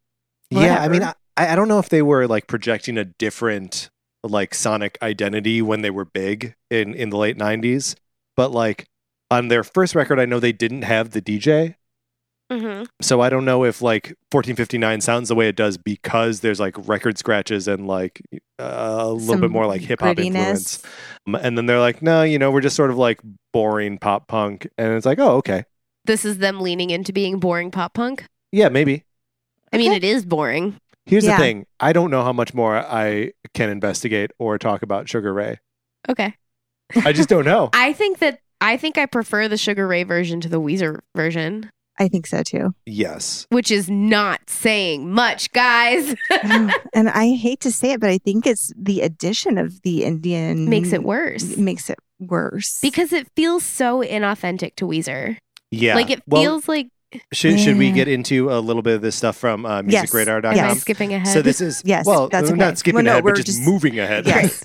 S3: Yeah. I mean, I,
S1: whatever.
S3: I don't know if they were like projecting a different like sonic identity when they were big in, in the late 90s, but like on their first record, I know they didn't have the DJ.
S2: Mm-hmm.
S3: So I don't know if like 1459 sounds the way it does because there's like record scratches and like uh, a little
S1: some
S3: bit more like hip hop
S1: grittiness.
S3: influence. Um, And then they're like, no, you know, we're just sort of like boring pop punk. And it's like, oh, okay.
S2: This is them leaning into being boring pop punk.
S3: Yeah, maybe.
S2: I mean,
S1: Okay.
S2: it is boring.
S3: Here's
S1: Yeah.
S3: the thing I don't know how much more I can investigate or talk about Sugar Ray.
S2: Okay.
S3: I just don't know.
S2: I think that I think I prefer the Sugar Ray version to the Weezer version.
S1: I think so too.
S3: Yes.
S2: which is not saying much, guys.
S1: Oh, and I hate to say it, but I think it's the addition of the Indian
S2: Makes it worse
S1: Makes it worse
S2: because it feels so inauthentic to Weezer.
S3: Yeah.
S2: Like it
S3: well,
S2: feels like
S3: Should, should we
S1: Yeah.
S3: get into a little bit of this stuff from uh,
S1: Yes.
S3: musicradar.com?
S2: am I
S1: Yes.
S2: skipping ahead?
S3: So this is
S1: Yes,
S3: well,
S1: that's
S3: we're
S1: okay.
S3: not skipping
S1: Well, no,
S3: ahead, but
S1: we're
S3: just,
S1: just-
S3: moving ahead.
S1: Yes.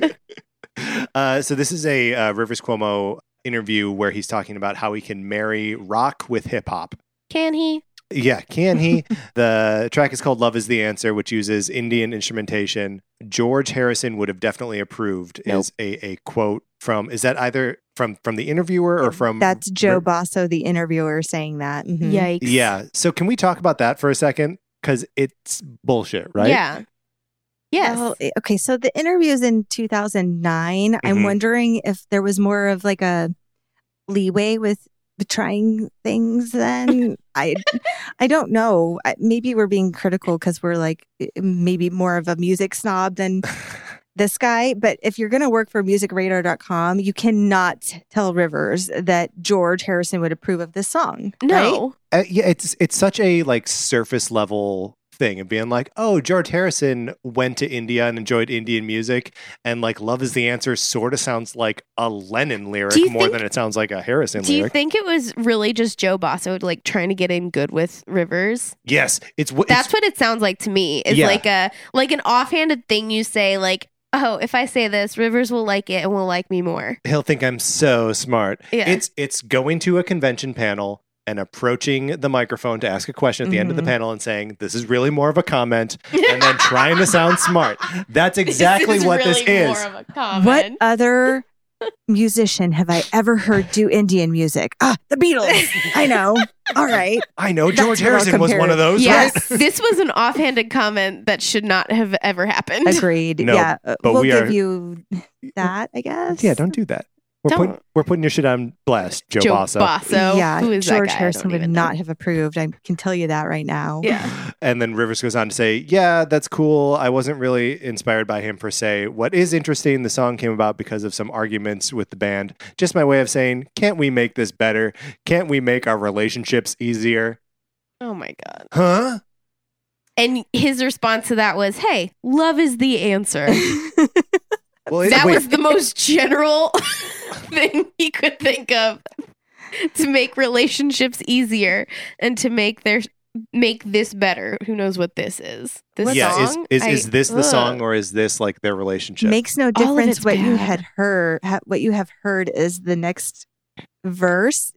S3: Uh, so this is a uh, Rivers Cuomo interview where he's talking about how he can marry rock with hip hop.
S2: Can he?
S3: Yeah, can he? the track is called "Love Is the Answer," which uses Indian instrumentation. George Harrison would have definitely approved.
S2: Nope.
S3: Is a, a quote from is that either from from the interviewer or from
S1: that's Joe
S3: Ri-
S1: Basso, the interviewer, saying that. Mhm.
S2: Yikes.
S3: Yeah. So can we talk about that for a second? Because it's bullshit, right?
S2: Yeah. Yes.
S1: Well, i- okay. So the interview is in 2009. I'm
S3: Mhm.
S1: wondering if there was more of like a leeway with the trying things then. I, I don't know. I, maybe we're being critical because we're like i- maybe more of a music snob than this guy. But if you're going to work for musicradar.com, you cannot tell Rivers that George Harrison would approve of this song. right?
S2: no.
S3: Uh, yeah, it's it's such a like surface level thing of being like, oh, George Harrison went to India and enjoyed Indian music, and like "Love Is the Answer" sort of sounds like a Lennon lyric
S2: Do you
S3: more
S2: think-
S3: than it sounds like a Harrison
S2: Do you
S3: lyric.
S2: think it was really just Joe Basso like trying to get in good with Rivers?
S3: yes, it's what
S2: That's what it sounds like to me. It's
S3: Yeah.
S2: like a like an offhanded thing you say like, "Oh, if I say this, Rivers will like it and will like me more."
S3: he'll think I'm so smart.
S2: Yeah.
S3: It's it's going to a convention panel and approaching the microphone to ask a question at the end of the
S2: Mm-hmm.
S1: Mhm.
S3: panel and saying, "This is really more of a comment," and then trying to sound smart. That's exactly what this is.
S1: What other musician have I ever heard do Indian music? Ah, the Beatles. I know. All right.
S3: I know
S1: That's
S3: George
S1: what I'll
S3: Harrison was
S1: compare
S3: one
S1: it-
S3: of those, right?
S2: Yes, this was an offhanded comment that should not have ever happened.
S1: Agreed.
S3: No,
S1: yeah. uh,
S3: but
S1: we'll
S3: we
S1: give
S3: are-
S1: you that, I guess.
S3: Yeah, don't do that. We're
S2: Don't.
S3: putting we're putting your shit on blast, Joe,
S2: Joe
S3: Basso.
S2: Basso.
S1: yeah,
S2: Who is that
S1: George
S2: guy? I
S1: Harrison
S2: don't
S1: would
S2: even know.
S1: not have approved. I can tell you that right now.
S2: Yeah.
S3: And then Rivers goes on to say, "Yeah, that's cool. I wasn't really inspired by him per se. What is interesting, the song came about because of some arguments with the band. Just my way of saying, can't we make this better? Can't we make our relationships easier?
S2: Oh my god.
S3: Huh?
S2: And his response to that was, "Hey, love is the answer."
S3: Well, it-
S2: that
S3: wait,
S2: was the most general thing he could think of to make relationships easier and to make their make this better. Who knows what this is? This
S3: yeah. Is
S2: song?
S3: is,
S2: I-
S3: is this the
S2: ugh.
S3: song or is this like their relationship?
S1: Makes no difference
S2: it's
S1: what you
S2: bad.
S1: had heard. Ha, what you have heard is the next verse.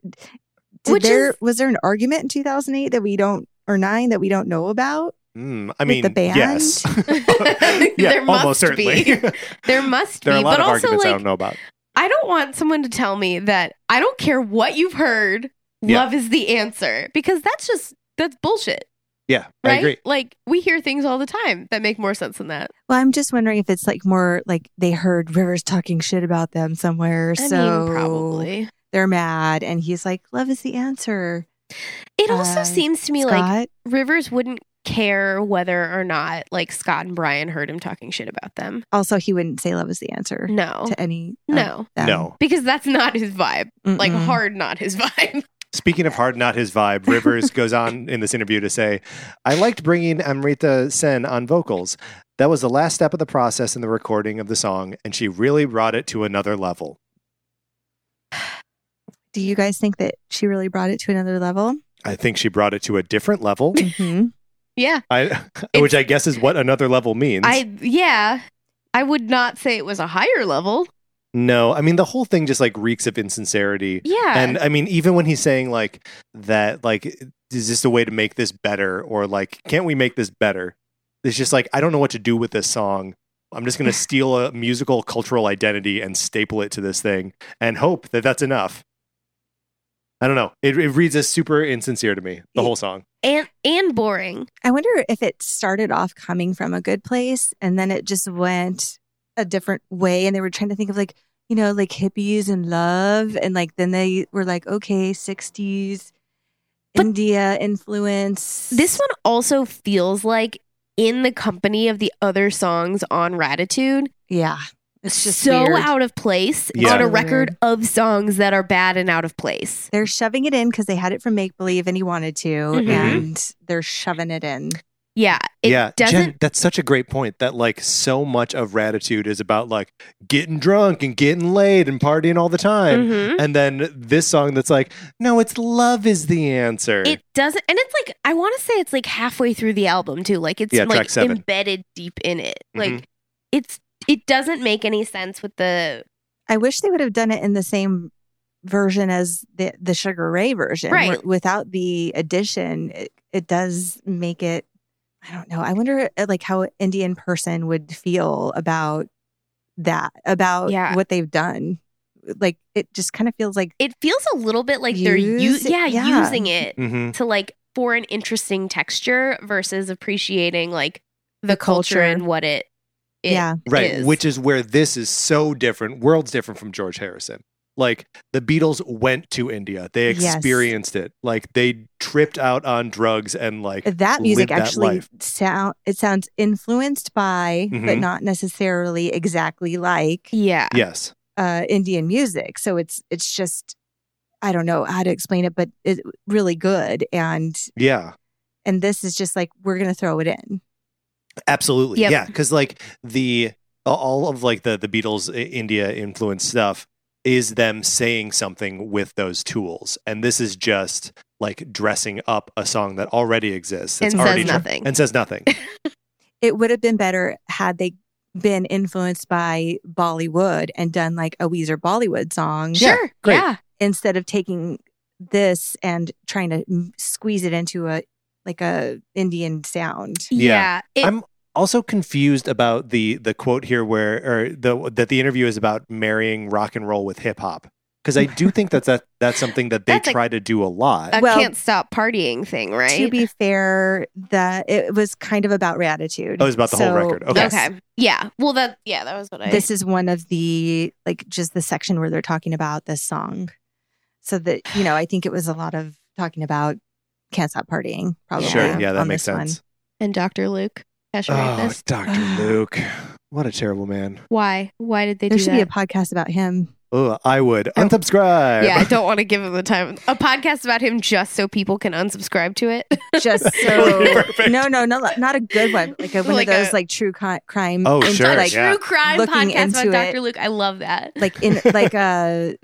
S1: Did
S2: Which
S1: there
S2: is-
S1: was there an argument in 2008 that we don't or nine that we don't know about?
S3: Mm, I
S1: With
S3: mean,
S1: the band?
S3: yes. yeah,
S2: There
S3: almost
S2: must
S3: certainly.
S2: be. There must
S3: there are
S2: be,
S3: a lot
S2: but
S3: of
S2: also
S3: arguments I
S2: like
S3: don't know about.
S2: I don't want someone to tell me that I don't care what you've heard,
S3: Yeah.
S2: love is the answer because that's just that's bullshit,
S3: Yeah,
S2: right?
S3: I agree.
S2: Like we hear things all the time that make more sense than that.
S1: Well, I'm just wondering if it's like more like they heard Rivers talking shit about them somewhere,
S2: I mean,
S1: so
S2: probably.
S1: they're mad, and he's like, "Love is the answer."
S2: It also
S1: uh,
S2: seems to me like
S1: Scott,
S2: Rivers wouldn't care whether or not like Scott and Brian heard him talking shit about them.
S1: also he wouldn't say "Love is the answer"
S2: No.
S1: to any. of
S2: No.
S1: them.
S3: No.
S2: Because that's not his vibe. Like
S1: oh. Mm-mm.
S2: hard not his vibe.
S3: Speaking of hard, not his vibe, Rivers goes on in this interview to say, I liked bringing Amrita Sen on vocals. That was the last step of the process in the recording of the song, and she really brought it to another level.
S1: Do you guys think that she really brought it to another level?
S3: I think she brought it to a different level,
S1: hmm
S2: yeah.
S3: I, which I guess is what another level means.
S2: I yeah. I would not say it was a higher level.
S3: no, I mean, the whole thing just like reeks of insincerity.
S2: Yeah.
S3: And I mean, even when he's saying like that, like, is this a way to make this better? Or like, can't we make this better? It's just like, I don't know what to do with this song. I'm just going to steal a musical cultural identity and staple it to this thing and hope that that's enough. I don't know. It, it reads as super insincere to me, the whole song.
S2: and and boring.
S1: I wonder if it started off coming from a good place and then it just went a different way. And they were trying to think of like, you know, like hippies and love. And like, then they were like, okay, 60s,
S2: But-
S1: India influence.
S2: This one also feels like in the company of the other songs on Ratitude,
S1: yeah. It's just
S2: so
S1: weird. Mm-hmm.
S2: out of place on
S3: Yeah.
S2: a
S1: Really
S2: record
S1: weird.
S2: of songs that are bad and out of place.
S1: They're shoving it in because they had it from Make Believe and he wanted to,
S2: Mhm.
S1: and they're shoving it in.
S2: Yeah, it
S3: yeah,
S2: doesn't.
S3: Jen, that's such a great point. That like so much of Ratitude is about like getting drunk and getting laid and partying all the time.
S2: Mhm.
S3: And then this song that's like, no, it's love is the answer.
S2: It doesn't, and it's like I want to say it's like halfway through the album too. Like it's
S3: Yeah, track
S2: like
S3: seven.
S2: embedded deep in it. Like
S3: Mhm.
S2: it's it doesn't make any sense with the
S1: I wish they would have done it in the same version as the the Sugar Ray version,
S2: Right.
S1: where- without the addition, it, it does make it. I don't know. I wonder, uh, like, how an Indian person would feel about that, about
S2: Yeah.
S1: what they've done. Like, it just kind of feels like
S2: it feels a little bit like they're u-
S1: Use it-
S2: yeah,
S1: yeah.
S2: using it
S3: Mhm.
S2: to like for an interesting texture versus appreciating like the,
S1: The
S2: culture,
S1: culture.
S2: and what it, it
S1: yeah,
S3: Right.
S2: is.
S3: Which is where this is so different, worlds different from George Harrison. Like the Beatles went to India, they
S1: Yes.
S3: experienced it. Like they tripped out on drugs and like,
S1: that music
S3: live that
S1: actually
S3: life.
S1: sound. It sounds influenced by, but
S3: Mhm.
S1: not necessarily exactly like
S2: yeah
S3: yes.
S1: uh, Indian music. So it's it's just I don't know how to explain it, but it's really good. And
S3: Yeah.
S1: and this is just like we're gonna throw it in.
S3: Absolutely.
S2: Yep.
S3: Yeah, cuz like the all of like the the Beatles I- India influence stuff is them saying something with those tools. And this is just like dressing up a song that already exists. that's
S2: And says
S3: already dr-
S2: nothing.
S3: and says nothing.
S1: It would have been better had they been influenced by Bollywood and done like a Weezer Bollywood song
S2: sure yeah,
S3: great.
S1: instead of taking this and trying to m- squeeze it into a like a Indian sound.
S2: yeah
S3: Yeah.
S2: It-
S3: I'm also confused about the the quote here where or the that the interview is about marrying rock and roll with hip hop because I do think that, that that's something that they
S2: That's a-
S3: try to do a lot.
S2: a
S1: well,
S2: can't stop partying thing right
S1: To be fair, that it was kind of about ratitude.
S3: Oh, it was about the whole record. Okay.
S1: yes.
S2: okay yeah well that yeah that was what I
S1: this is one of the like just the section where they're talking about this song so that you know i think it was a lot of talking about can't stop partying probably
S3: sure, yeah, that
S1: on
S3: makes
S1: this one.
S3: sense.
S2: and Dr Luke
S3: Oh,
S2: Hashimoto's
S3: Doctor Luke, what a terrible man.
S2: why why did they
S1: there
S2: do
S1: should
S2: that
S1: be a podcast about him
S3: Oh, I would unsubscribe.
S2: yeah I don't want to give him the time a podcast about him just so people can unsubscribe to it
S1: just
S3: That would be
S1: so
S3: perfect.
S1: no no no not a good one like a, one
S2: Like
S1: of those
S2: a-
S1: like true co- crime
S3: Oh,
S1: in-
S3: sure,
S1: like
S3: yeah.
S2: true crime
S1: looking
S2: podcast
S1: into
S2: about Dr
S1: it.
S2: Luke I love that
S1: like in like a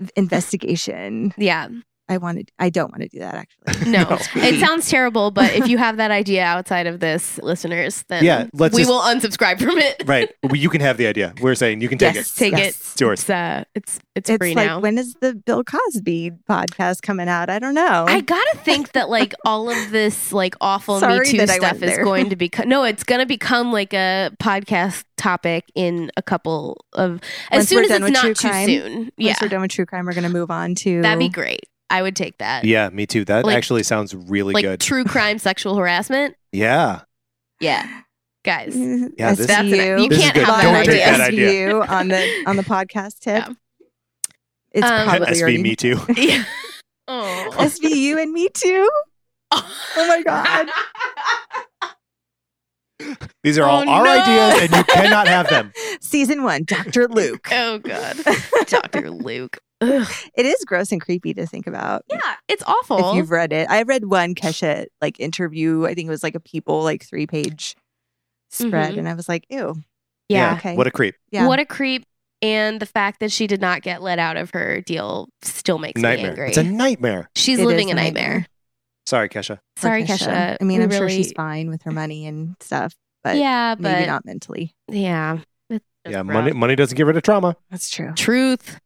S1: investigation
S2: yeah
S1: i wanted i don't want to do that actually
S2: No.
S3: No.
S2: It sounds terrible, but if you have that idea outside of this, listeners, then
S3: Yeah, let's
S2: we
S3: just-
S2: will unsubscribe from it.
S3: right. Well, you can have the idea. We're saying you can take
S1: Yes.
S3: it.
S2: Take
S1: Yes.
S2: it.
S3: It's yours.
S2: It's, uh, it's, it's,
S1: it's
S2: free
S1: like
S2: now.
S1: when is the bill cosby podcast coming out i don't know
S2: I gotta think that like all of this like awful
S1: Sorry
S2: Me Too
S1: that I
S2: stuff
S1: went
S2: is
S1: there.
S2: going to become no, it's gonna become like a podcast topic in a couple of as
S1: Once
S2: soon
S1: we're
S2: as
S1: done
S2: it's
S1: with
S2: not
S1: true
S2: too
S1: crime,
S2: soon. Yeah,
S1: Once we're done with true crime, we're going to move on to
S2: that'd be great. I would take that.
S3: Yeah, me too. That
S2: Like-
S3: actually sounds really
S2: like
S3: good.
S2: true crime, sexual harassment.
S3: yeah.
S2: Yeah, guys.
S3: Yeah,
S1: SVU.
S3: this-
S2: That's an- you
S3: This is
S2: can't
S3: good.
S2: have
S1: Fun
S3: Don't
S2: that
S3: take
S2: idea.
S3: that idea.
S1: SVU on the on the podcast tip.
S2: Yeah.
S1: It's
S2: Um,
S1: probably
S3: SV
S1: already-
S3: me too.
S2: Yeah. oh.
S1: SVU and me too. Oh my God.
S3: These are
S2: Oh,
S3: all our
S2: no.
S3: ideas, and you cannot have them.
S1: Season one, Doctor Luke.
S2: oh god.
S1: it
S2: Dr. Luke. Ugh.
S1: is gross and creepy to think about.
S2: Yeah, it's
S1: If
S2: awful.
S1: you've read it, I read one Keshet like interview. I think it was like a people like three page spread,
S2: Mhm.
S1: and I was like, ew.
S2: yeah.
S1: Okay.
S3: What a creep.
S1: Yeah.
S2: What a creep. And the fact that she did not get let out of her deal still makes me
S3: Nightmare.
S2: angry.
S3: It's a nightmare.
S2: She's
S1: It
S2: living
S1: is
S2: a nightmare.
S3: Sorry, Kesha.
S1: Poor
S2: Sorry, Kesha.
S1: I mean,
S2: We
S1: I'm sure
S2: really-
S1: she's fine with her money and stuff, but
S2: yeah, but
S1: maybe not mentally.
S2: yeah. It's just
S3: yeah,
S2: rough.
S3: money money doesn't get rid of trauma.
S1: That's true.
S2: Truth.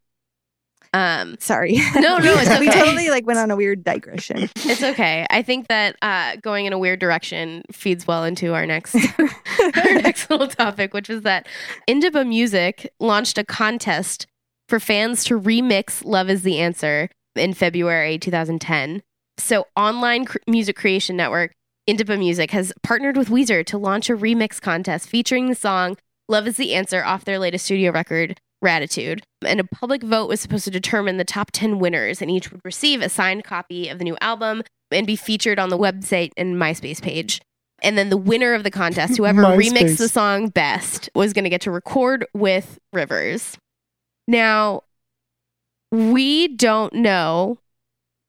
S2: Um,
S1: Sorry.
S2: No, no, it's
S1: we
S2: okay.
S1: totally like went on a weird digression.
S2: it's okay. I think that uh, going in a weird direction feeds well into our next our next little topic, which is that Indiba Music launched a contest for fans to remix Love is the Answer in February 2010. So, online cr- music creation network Indiba Music has partnered with Weezer to launch a remix contest featuring the song Love is the Answer off their latest studio record, Ratitude. And a public vote was supposed to determine the top 10 winners, and each would receive a signed copy of the new album and be featured on the website and MySpace page. And then the winner of the contest, whoever
S3: MySpace.
S2: remixed the song best, was going to get to record with Rivers. Now, we don't know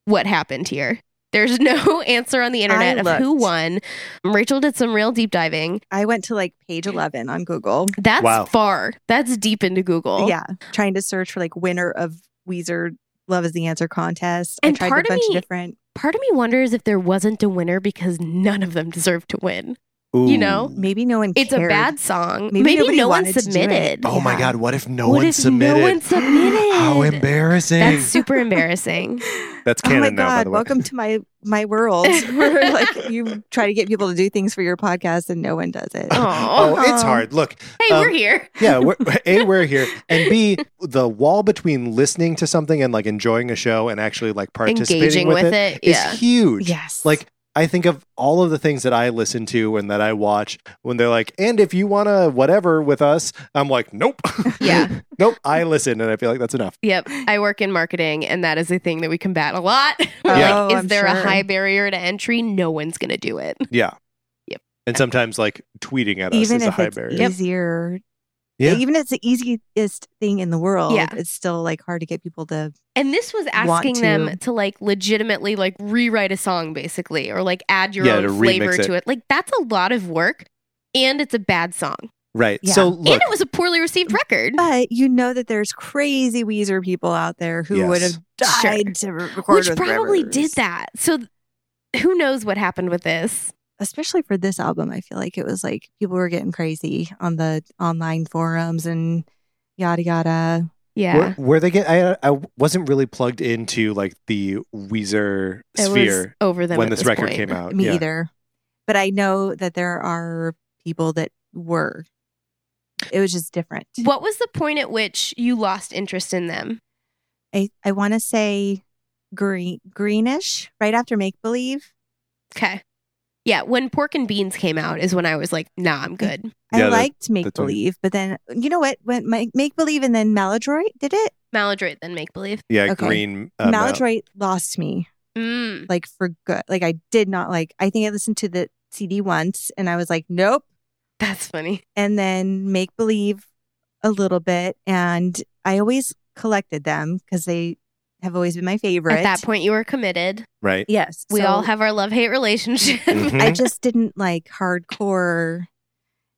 S2: what happened here. There's no answer on the internet of who
S1: looked.
S2: won. Rachel did some real deep diving.
S1: I went to like page 11 on Google.
S2: That's
S3: Wow.
S2: far. That's deep into Google.
S1: Yeah. Trying to search for like winner of Weezer Love is the Answer contest.
S2: And
S1: I tried
S2: part
S1: a
S2: of
S1: bunch
S2: me-
S1: of different.
S2: Part of me wonders if there wasn't a winner because none of them deserved to win. You know,
S1: Maybe no one
S2: It's a
S1: cared.
S2: bad song.
S1: Maybe
S2: Maybe,
S1: nobody
S2: no one
S1: wanted to do it.
S2: submitted.
S3: Oh my
S1: Yeah.
S3: God! What if no
S2: What
S3: one
S2: if
S3: submitted?
S2: No one submitted.
S3: How embarrassing!
S2: That's super embarrassing.
S3: That's
S1: Oh
S3: canon
S1: my
S3: now. by
S1: god!
S3: the way.
S1: Welcome to my my world, where like you try to get people to do things for your podcast and no one does it.
S2: Oh,
S3: Oh, it's
S1: Aw.
S3: hard. Look,
S2: hey,
S3: Um,
S2: we're here.
S3: yeah, we're, a we're here, and b the wall between listening to something and like enjoying a show and actually like
S2: Engaging
S3: participating
S2: with,
S3: it
S2: it.
S3: is
S2: Yeah.
S3: huge.
S1: Yes,
S3: Like I think of all of the things that I listen to and that I watch when they're like, and if you wanna whatever with us, I'm like, nope,
S2: Yeah.
S3: nope. I listen, and I feel like that's enough.
S2: Yep. I work in marketing, and that is a thing that we combat a lot. We're
S1: Yeah.
S2: like,
S1: Oh,
S2: is
S1: I'm
S2: there a
S1: sure.
S2: high barrier to entry? No one's going to do it.
S3: Yeah.
S2: Yep.
S3: And sometimes like tweeting at us
S1: even
S3: is a
S1: if
S3: high
S1: it's
S3: barrier.
S1: easier,
S3: Yeah.
S1: even if it's the easiest thing in the world,
S2: Yeah.
S1: it's still like hard to get people to.
S2: And this was asking
S1: to.
S2: them to like legitimately like rewrite a song basically or like add your
S3: Yeah, to
S2: own
S3: remix
S2: flavor
S3: it.
S2: to it. Like that's a lot of work and it's a bad song.
S3: Right.
S1: Yeah.
S3: So look, Uh,
S2: and it was a poorly received record.
S1: But you know that there's crazy Weezer people out there who would
S3: Yes.
S1: have died to re- record
S2: which
S1: with
S2: probably
S1: Rivers.
S2: did that. So th- who knows what happened with this?
S1: especially for this album i feel like it was like people were getting crazy on the online forums and yada yada
S2: Yeah.
S3: where, where they get, I, I wasn't really plugged into like the Weezer
S2: It was
S3: sphere
S2: over them
S3: when
S2: at
S3: this, record
S2: point.
S3: came out.
S1: me
S3: Uh, yeah.
S1: either but i know that there are people that were it was just different
S2: What was the point at which you lost interest in them?
S1: i, I want to say green greenish right after make believe
S2: Okay. Yeah, when Pork and Beans came out is when I was like, nah, I'm good.
S1: i
S3: Yeah, that-
S1: liked make
S3: that's what-
S1: believe but then you know what when make, make believe and then maladroit did it
S2: Maladroit then make believe.
S3: Yeah,
S1: Okay.
S3: green. uh, mal-
S1: maladroit lost me
S2: Mm.
S1: like for good like i did not like i think i listened to the cd once and i was like nope
S2: That's funny.
S1: and then make believe a little bit. And I always collected them because they have always been my favorite.
S2: At that point you were committed.
S3: right.
S1: yes,
S2: We
S1: so
S2: all have our love hate relationship.
S3: Mhm.
S1: I just didn't like hardcore,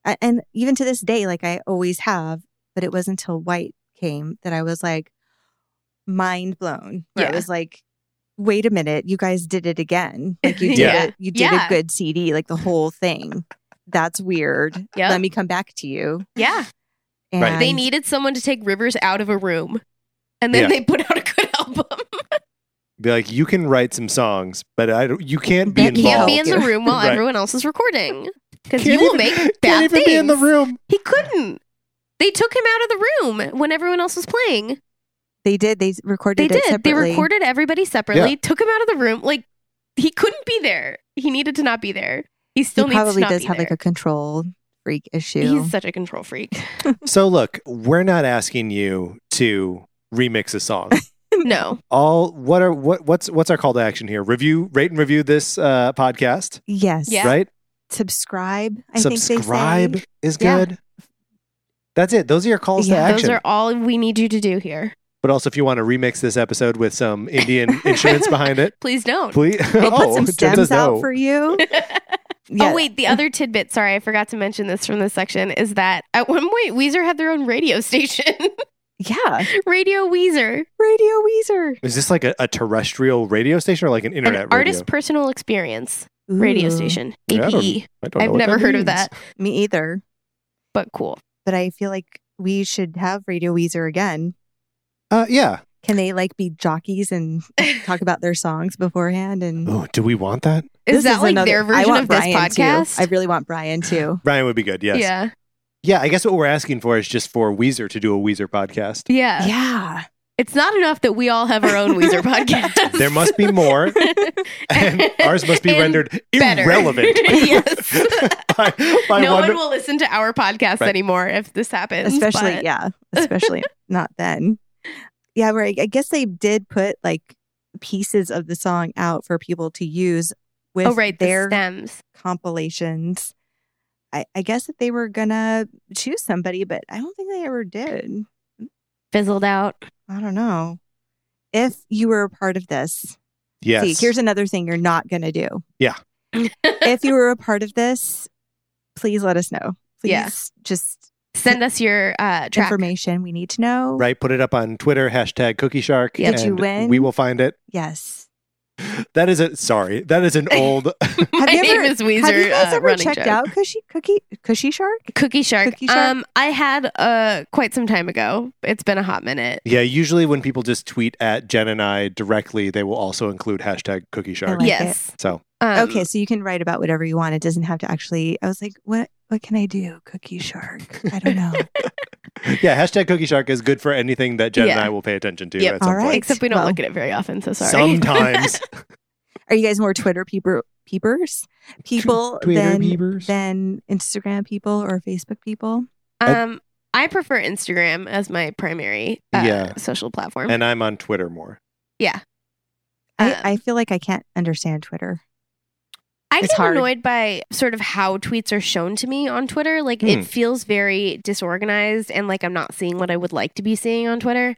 S1: a- and even to this day, like I always have. But it wasn't until White came that I was like mind blown. Where
S2: Yeah.
S1: I was like. Wait a minute, you guys did it again. Like you did
S2: Yeah.
S1: it. You did
S2: Yeah.
S1: a good CD, like the whole thing. That's weird.
S2: Yep.
S1: Let me come back to you.
S2: yeah.
S1: And
S3: Right.
S2: They needed someone to take Rivers out of a room. And then
S3: Yeah.
S2: they put out a good album.
S3: Be like, you can write some songs, but I don't, you can't be
S1: But
S2: He can't
S3: involved.
S2: be in the
S1: Involved.
S2: room while
S3: Right.
S2: everyone else is recording. Because
S3: Can't
S2: you will
S3: even-
S2: make
S3: can't
S2: bad
S3: even be in the
S2: things.
S3: room.
S2: He couldn't. They took him out of the room when everyone else was playing.
S1: They did. They recorded
S2: They
S1: it
S2: did. They
S1: separately.
S2: recorded everybody separately,
S3: Yeah.
S2: took him out of the room. Like he couldn't be there. He needed to not be there. He still
S1: he
S2: needs to
S1: probably
S2: not
S1: does
S2: be
S1: have like a
S2: there.
S1: control freak issue.
S2: He's such a control freak.
S3: So look, we're not asking you to remix a song.
S2: No.
S3: All what are what what's what's our call to action here? Review, rate, and review this uh, podcast,
S1: yes.
S2: Yeah.
S3: right?
S1: Subscribe. I
S3: Subscribe
S1: think
S3: is
S2: Yeah.
S3: good. That's it. Those are your calls
S1: Yeah.
S3: to
S2: Those
S3: action.
S2: are all we need you to do here.
S3: but also, if you want to remix this episode with some Indian instruments behind it,
S2: Please don't.
S3: please. oh,
S1: they say. We'll put some
S3: Jim says
S1: stems Oh, out
S3: no.
S1: for you. Yeah.
S2: Oh wait, the other tidbit. Sorry, I forgot to mention this from this section. Is that at one point Weezer had their own radio station,
S1: Yeah.
S2: Radio Weezer,
S1: Radio Weezer.
S3: Is this like a, a terrestrial radio station or like an internet
S2: an
S3: radio?
S2: artist personal experience radio
S1: Ooh,
S2: station.
S3: Yeah, I don't-
S2: APE.
S3: I don't know
S2: I've
S3: what
S2: never heard
S3: means.
S2: of that,
S1: Me either.
S2: but cool.
S1: But I feel like we should have Radio Weezer again.
S3: Uh, yeah.
S1: Can they like be jockeys and talk about their songs beforehand? And
S3: Oh, do we want that?
S2: Is
S1: This
S2: that like
S1: another-
S2: their
S1: I
S2: version
S1: want
S2: of this
S1: Brian, too.
S2: podcast?
S1: I really want Brian too.
S3: Brian would be good. Yes.
S2: Yeah.
S3: Yeah, I guess what we're asking for is just for Weezer to do a Weezer podcast.
S2: Yeah.
S1: yeah.
S2: It's not enough that we all have our own Weezer podcast.
S3: There must be more, and ours must be
S2: And
S3: rendered
S2: better.
S3: irrelevant.
S2: Yes.
S3: by, by
S2: no
S3: one,
S2: one will listen to our podcast
S3: Right.
S2: anymore if this happens.
S1: especially
S2: but-
S1: yeah especially not then yeah where I, I guess they did put like pieces of the song out for people to use with
S2: Oh, right.
S1: their
S2: the stems.
S1: compilations. I, I guess that they were gonna choose somebody, but I don't think they ever did.
S2: Fizzled out.
S1: I don't know. If you were a part of this,
S3: Yes.
S1: see, here's another thing you're not gonna do. if you were a part of this, please let us know. Please
S2: Yeah.
S1: just
S2: Send us your uh, track.
S1: information we need to know.
S3: right. Put it up on Twitter, hashtag Cookie Shark.
S1: Yeah. Did you
S3: and
S1: win?
S3: We will find it.
S1: Yes.
S3: That is a sorry. That is an old.
S2: My
S1: Have you
S2: name
S1: ever-
S2: is Weezer.
S1: Have you guys
S2: uh,
S1: ever
S2: running
S1: checked
S2: joke.
S1: out Cushy Cookie Cushy Shark?
S2: Cookie Shark.
S1: Cookie Shark?
S2: Um, I had uh quite some time ago. It's been a hot minute.
S3: yeah. Usually when people just tweet at Jen and I directly, they will also include hashtag Cookie
S1: I
S3: Shark.
S1: like
S2: yes.
S3: So
S2: Um,
S1: okay, so you can write about whatever you want. It doesn't have to actually. I was like, what? What can I do? Cookie Shark. I don't know.
S3: yeah, hashtag Cookie Shark is good for anything that Jen and
S2: Yeah.
S3: I will pay attention to.
S2: Yep.
S3: At some
S1: All right.
S3: point.
S2: Except we don't
S1: Well,
S2: look at it very often. So sorry.
S3: Sometimes
S1: Are you guys more Twitter peeper peepers people than
S3: beavers.
S1: than Instagram people or Facebook people?
S2: um, I prefer Instagram as my primary uh,
S3: Yeah.
S2: social platform.
S3: and I'm on Twitter more.
S2: Um,
S1: I, I feel like I can't understand Twitter.
S2: I
S1: It's
S2: get
S1: hard.
S2: annoyed by sort of how tweets are shown to me on Twitter. Like
S3: Hmm.
S2: it feels very disorganized and like I'm not seeing what I would like to be seeing on Twitter.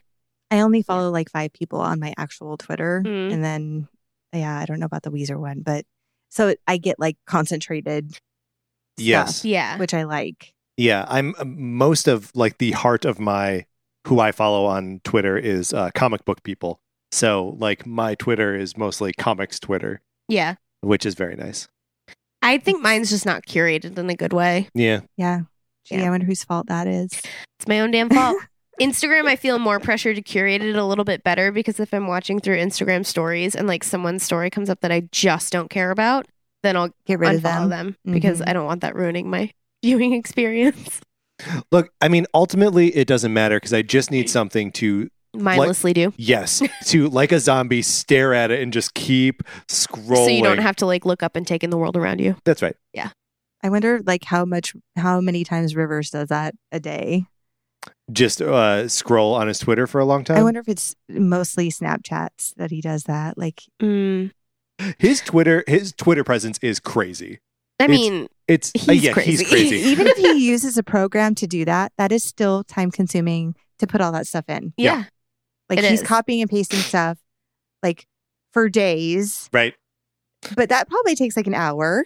S1: I only follow like five people on my actual Twitter,
S2: Mm.
S1: and then yeah, I don't know about the Weezer one, but so it, I get like concentrated,
S3: Yes.
S2: Yeah.
S1: which I like.
S3: Yeah, I'm uh, most of like the heart of my who I follow on Twitter is uh, comic book people. So like my Twitter is mostly comics Twitter,
S2: Yeah.
S3: which is very nice.
S2: I think mine's just not curated in a good way.
S3: Yeah,
S1: Yeah. Gee,
S2: Yeah.
S1: I wonder whose fault that is.
S2: It's my own damn fault. Instagram, I feel more pressure to curate it a little bit better because if I'm watching through Instagram stories and like someone's story comes up that I just don't care about, then I'll
S1: Get rid
S2: unfollow
S1: of them.
S2: them, Mm-hmm. because
S1: Mhm.
S2: I don't want that ruining my viewing experience.
S3: look, I mean, ultimately it doesn't matter because I just need something to
S2: Mindlessly do.
S3: yes to like a zombie stare at it and just keep scrolling.
S2: So you don't have to like look up and take in the world around you.
S3: That's right.
S1: I wonder like how much, how many times Rivers does that a day.
S3: Just uh, scroll on his Twitter for a long time.
S1: I wonder if it's mostly Snapchats that he does that. Like,
S2: Mm.
S3: his Twitter his Twitter presence is crazy.
S2: I
S3: It's-
S2: mean,
S3: It's uh,
S2: He's
S3: yeah,
S2: crazy.
S3: he's crazy.
S1: even if he uses a program to do that, that is still time consuming to put all that stuff in.
S2: yeah.
S3: Yeah.
S1: Like
S2: It
S1: he's
S2: is.
S1: copying and pasting stuff like for days,
S3: right.
S1: but that probably takes like an hour.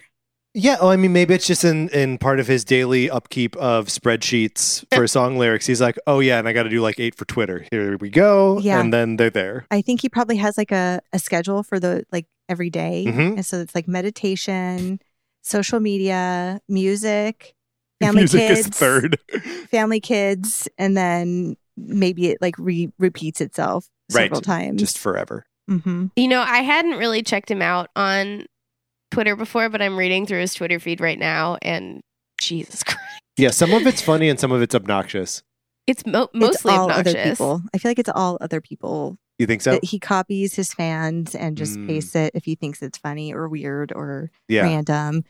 S3: Yeah, oh, I mean, maybe it's just in in part of his daily upkeep of spreadsheets
S1: Eh.
S3: for song lyrics. He's like, oh yeah, and I got to do like eight for Twitter. Here we go,
S1: Yeah.
S3: and then they're there.
S1: I think he probably has like a, a schedule for the like every day.
S2: Mm-hmm.
S3: Mhm.
S1: And so it's like meditation, social media, music, family
S3: Music
S1: kids,
S3: is third,
S1: family kids, and then maybe it like re- repeats itself
S3: Right.
S1: several times.
S3: just forever.
S1: hmm
S2: You know, I hadn't really checked him out on Twitter before, but I'm reading through his Twitter feed right now, and Jesus Christ,
S3: Yeah, some of it's funny and some of it's obnoxious.
S2: it's mo- mostly
S1: it's all
S2: obnoxious.
S1: other people. I feel like it's all other people
S3: You think so?
S1: that he copies his fans and just
S3: Mm.
S1: pastes it if he thinks it's funny or weird or
S3: Yeah,
S1: random.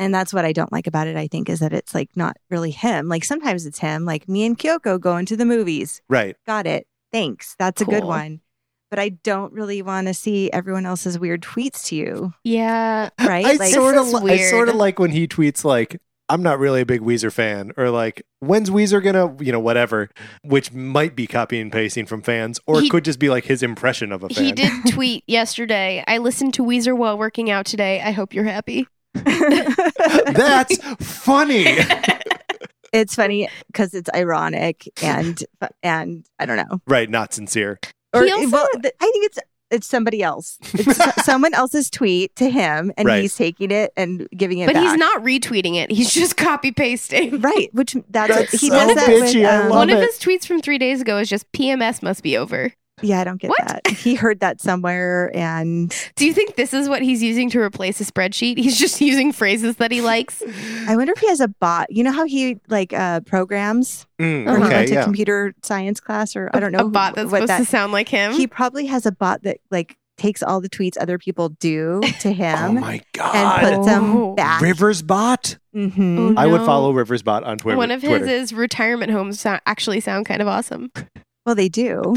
S1: And that's what I don't like about it, I think, is that it's like not really him. Like sometimes it's him, like me and Kyoko going to the movies.
S3: right.
S1: Got it. Thanks. That's a good
S2: Cool.
S1: one. But I don't really want to see everyone else's weird tweets to you,
S2: Yeah,
S1: right?
S3: I
S1: like,
S3: sort of,
S2: This is
S3: I sort of
S2: weird.
S3: like when he tweets like, "I'm not really a big Weezer fan," or like, "When's Weezer gonna," you know, whatever, which might be copy and pasting from fans, or
S2: He-
S3: it could just be like his impression of a fan.
S2: he did tweet yesterday. I listened to Weezer while working out today. I hope you're happy.
S3: That's funny.
S1: it's funny because it's ironic and and I don't know.
S3: right, not sincere.
S1: Or
S2: He also-
S1: well, th- I think it's it's somebody else. It's s- someone else's tweet to him, and
S3: Right.
S1: he's taking it and giving it.
S2: But he's
S1: back.
S2: not retweeting it. He's just copy pasting.
S1: right. Which that's,
S3: That's
S1: he
S3: so
S1: does that with,
S3: bitchy, I
S1: um,
S3: love
S2: One of
S3: it.
S2: his tweets from three days ago is just PMS must be over.
S1: Yeah, I don't get
S2: What?
S1: that. He heard that somewhere, and
S2: Do you think this is what he's using to replace a spreadsheet? He's just using phrases that he likes.
S1: I wonder if he has a bot. You know how he like uh, programs,
S3: Mm,
S1: or he
S2: Uh-huh.
S1: went
S3: okay,
S1: to
S3: yeah.
S1: computer science class, or I don't know
S2: a bot that's
S1: what
S2: supposed to
S1: that.
S2: sound like him.
S1: He probably has a bot that like takes all the tweets other people do to
S3: Oh
S1: him
S3: my
S1: and
S3: god.
S1: puts them
S2: Oh.
S1: back.
S3: Rivers bot?
S1: hmm
S2: Oh,
S3: I would
S2: no.
S3: follow Rivers bot on Twitter.
S2: One of his
S3: Twitter.
S2: is retirement homes sound, actually sound kind of awesome.
S1: Well, they do.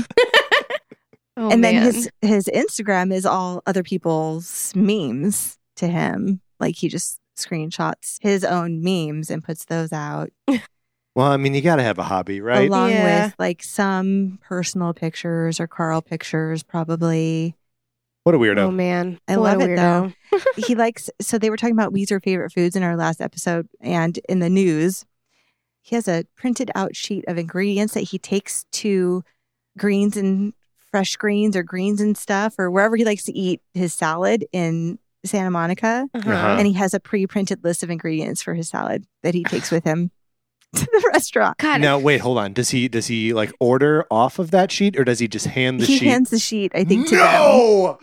S2: Oh,
S1: and then
S2: man.
S1: his his Instagram is all other people's memes. to him. Like he just screenshots his own memes and puts those out
S3: Well, I mean, you got to have a hobby, right?
S1: along
S2: Yeah.
S1: with like some personal pictures or Carl pictures probably.
S3: What a
S2: Oh
S3: weirdo.
S2: man,
S1: I
S2: What a
S1: love it,
S2: weirdo.
S1: he likes so they were talking about Weezer favorite foods in our last episode and in the news. He has a printed out sheet of ingredients that he takes to greens and fresh greens or greens and stuff or wherever he likes to eat his salad in Santa Monica.
S2: Uh-huh.
S3: Huh.
S1: And he has a pre printed list of ingredients for his salad that he takes with him to the restaurant.
S2: God,
S3: Now, wait, hold on. Does he does he like order off of that sheet, or does he just hand the
S1: he
S3: sheet?
S1: hands the sheet, I think, to them.
S3: no,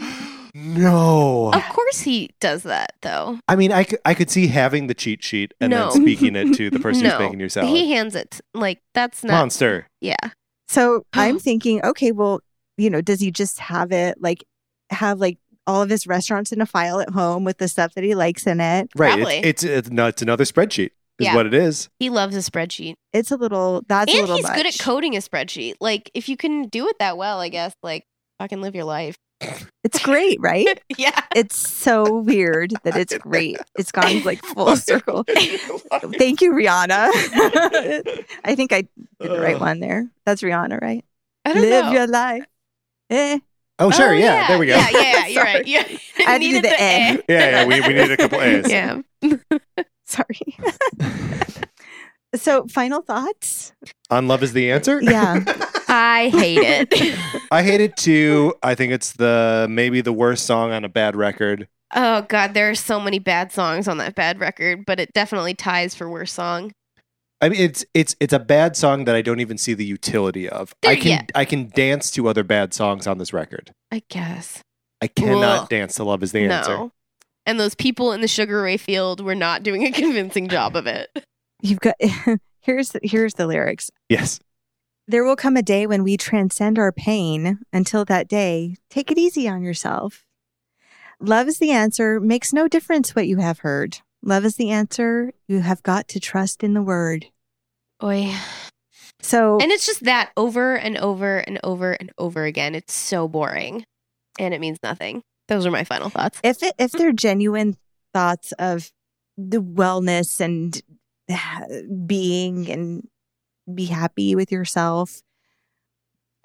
S3: no.
S2: of course he does that though.
S3: I mean, I could I could see having the cheat sheet and
S2: No.
S3: then speaking it to the person
S2: No.
S3: who's making your salad.
S2: He hands it like that's not.
S3: Monster.
S2: Yeah,
S1: So I'm thinking, okay, well, you know, does he just have it like have like all of his restaurants in a file at home with the stuff that he likes in it?
S3: Right.
S2: Probably.
S3: It's, it's it's no, it's another spreadsheet. Is
S2: Yeah.
S3: what it is.
S2: he loves a spreadsheet,
S1: It's a little that's a
S2: and
S1: little
S2: he's good at
S1: much.
S2: coding a spreadsheet. Like if you can do it that well, I guess like fucking live your life.
S1: It's great, right?
S2: yeah.
S1: it's so weird that it's great. It's gone like full circle. Thank you, Rihanna. I think I did the right
S3: Ugh.
S1: one there. That's Rihanna, right?
S2: I don't
S1: Live
S2: know.
S1: your life. Eh.
S3: Oh, sure.
S2: Oh,
S3: yeah, There we go.
S2: Yeah, yeah, yeah you're right. Yeah,
S1: I had to do
S2: Needed
S1: the A.
S2: A.
S3: Yeah, yeah, we- we needed a couple A's.
S2: Yeah.
S1: Sorry. so, final thoughts?
S3: On love is the answer.
S1: Yeah.
S2: I hate it.
S3: I hate it too. I think it's the maybe the worst song on a bad record.
S2: oh God, there are so many bad songs on that bad record, but it definitely ties for worst song.
S3: I mean, it's it's it's a bad song that I don't even see the utility of. I
S2: There-
S3: can
S2: yeah.
S3: I can dance to other bad songs on this record.
S2: I guess.
S3: I cannot
S2: Ugh.
S3: dance to "Love Is the
S2: no.
S3: Answer."
S2: And those people in the Sugar Ray field were not doing a convincing job of it.
S1: You've got here's here's the lyrics.
S3: Yes,
S1: There will come a day when we transcend our pain. Until that day, take it easy on yourself. Love is the answer. Makes no difference what you have heard. Love is the answer. You have got to trust in the word.
S2: Oy.
S1: So,
S2: And it's just that over and over and over and over again. It's so boring. And it means nothing. Those are my final thoughts.
S1: if it, if they're genuine thoughts of the wellness and uh, being and be happy with yourself,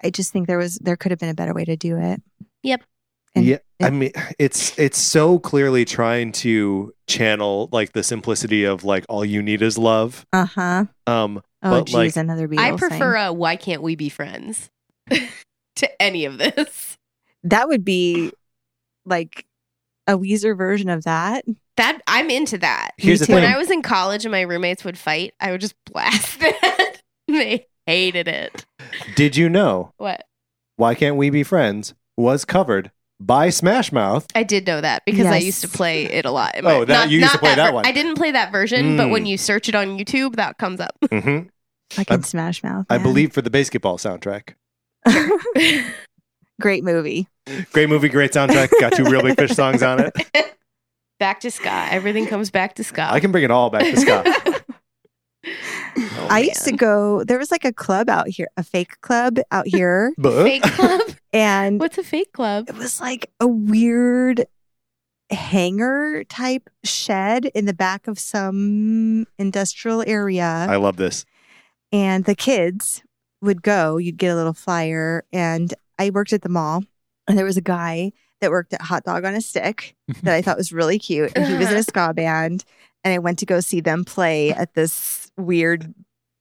S1: I just think there was there could have been a better way to do it.
S2: Yep.
S1: And-
S3: yeah. I
S1: and-
S3: mean, it's it's so clearly trying to channel like the simplicity of like all you need is love.
S1: Uh huh.
S3: Um,
S1: Oh,
S3: But,
S1: geez,
S3: like,
S1: another Beatles.
S2: I
S1: thing.
S2: prefer a why can't we be friends to any of this.
S1: that would be like a Weezer version of that.
S2: That I'm into that.
S3: here's the
S1: too.
S2: When
S3: thing.
S2: I was in college and my roommates would fight, I would just blast that. they hated it.
S3: Did you know
S2: What?
S3: why can't we be friends was covered by Smash Mouth?
S2: I did know that because I
S1: Yes.
S2: used to play it a lot. in
S3: Oh,
S2: my-
S3: that- you used to play that
S2: ver-
S3: one.
S2: I didn't play that version, but
S3: Mm.
S2: when you search it on YouTube, that comes up.
S3: hmm
S1: Fucking Smash Mouth.
S3: I
S1: man.
S3: believe for the basketball soundtrack.
S1: Great movie.
S3: Great movie, great soundtrack. Got two real big fish songs on it.
S2: back to Scott. Everything comes back to Scott.
S3: I can bring it all back to Scott.
S2: Oh,
S1: I used to
S2: man.
S1: go. There was like a club out here, a fake club out here,
S3: But-
S2: fake club.
S1: and
S2: What's a fake club?
S1: it was like a weird hangar type shed in the back of some industrial area.
S3: I love this.
S1: and the kids would go you'd get a little flyer and i worked at the mall and there was a guy that worked at hot dog on a stick that i thought was really cute and he was in a ska band and i went to go see them play at this weird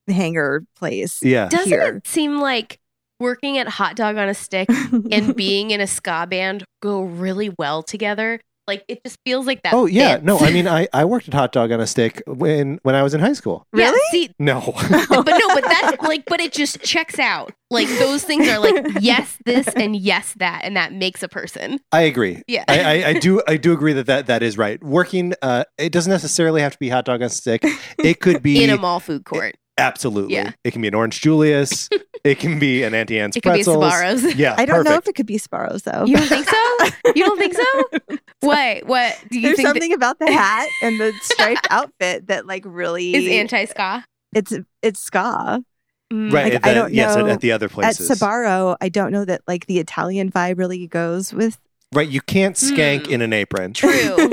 S1: hangar place
S3: Yeah.
S2: Doesn't
S1: here.
S2: it seem like working at hot dog on a stick and being in a ska band go really well together? Like it just feels like that.
S3: Oh yeah,
S2: fits.
S3: no. I mean, I, I worked at Hot Dog on a Stick when when I was in high school.
S2: Yeah,
S1: Really?
S2: see,
S3: No,
S2: but no, but that's like, but it just checks out. Like those things are like yes, this and yes, that, and that makes a person.
S3: I agree.
S2: Yeah,
S3: I, I, I do I do agree that, that that is right. Working, uh, it doesn't necessarily have to be Hot Dog on a Stick. It could be
S2: in a mall food court.
S3: absolutely.
S2: Yeah.
S3: It can be an Orange Julius. it can be an Auntie Anne's
S2: It could be a
S3: pretzels.
S2: Sbarro's.
S3: Yeah,
S1: i don't know if
S3: perfect.
S1: it could be sparrows though
S2: You don't think so? You don't think so? Wait, what do you
S1: there's
S2: think
S1: something about the hat and the striped outfit that like really
S2: that is anti ska?
S1: it's it's ska
S2: Mm,
S3: right.
S1: Like,
S3: at
S1: I
S3: the-
S1: don't
S3: yes, at,
S1: know
S3: at the other places.
S1: at sabaro i don't know that like the italian vibe really goes with
S3: Hmm. right. You can't skank
S2: Mm.
S3: in an apron.
S2: True.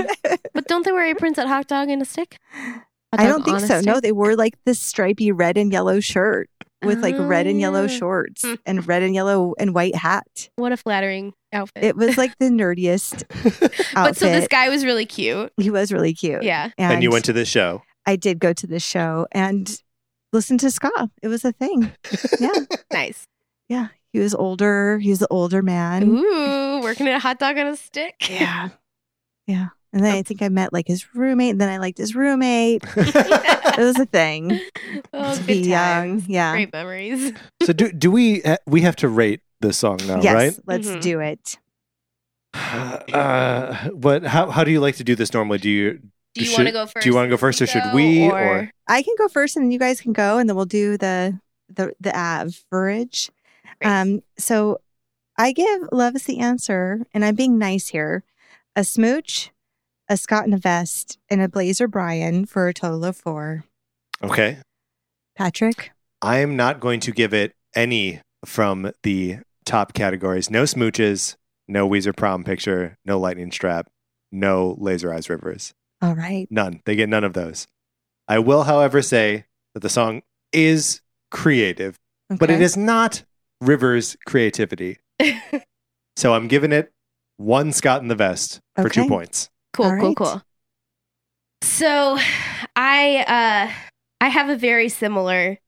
S2: Don't they wear aprons at hot dog and a stick? Hot
S1: I don't
S2: dog
S1: think
S2: on a
S1: so. No,
S2: stick?
S1: they wore like this stripy red and yellow shirt with like
S2: Oh,
S1: red and yellow
S2: yeah.
S1: shorts
S2: Mm.
S1: and red and yellow and white hat.
S2: What a flattering outfit.
S1: It was like the nerdiest outfit.
S2: but so this guy was really cute.
S1: he was really cute.
S2: Yeah.
S1: And,
S3: and you went to this show.
S1: I did go to this show and listened to ska. It was a thing. Yeah.
S2: Nice.
S1: yeah. He was older. He was an older man.
S2: Ooh, working at a hot dog on a stick.
S1: Yeah. Yeah. And then I think I met like his roommate. And then I liked his roommate. It was a thing.
S2: oh,
S1: to
S2: good
S1: be
S2: Oh, times.
S1: young. Yeah.
S2: Great memories.
S3: so do do we uh, we have to rate this song now,
S1: yes.
S3: right?
S1: Let's
S2: Mhm.
S1: do it.
S3: Uh, but how how do you like to do this normally? Do you
S2: Do you
S3: Should-
S2: want to go first?
S3: do you want to go first, or should we?
S2: though,
S3: Or,
S1: I can go first, and then you guys can go, and then we'll do the the the average.
S2: Great.
S1: Um, so I give "Love Is the Answer," and I'm being nice here. A smooch, a Scott in a vest, and a blazer Brian for a total of four.
S3: okay,
S1: Patrick,
S3: I am not going to give it any from the top categories. No smooches, no Weezer prom picture, no lightning strap, no laser eyes rivers.
S1: all right,
S3: None. They get none of those. I will, however, say that the song is creative, but it
S1: Okay.
S3: is not Rivers' creativity. So I'm giving it one Scott in the vest for two
S1: Okay.
S3: points.
S2: cool,
S1: All
S2: cool,
S1: right.
S2: cool. So, I uh, I have a very similar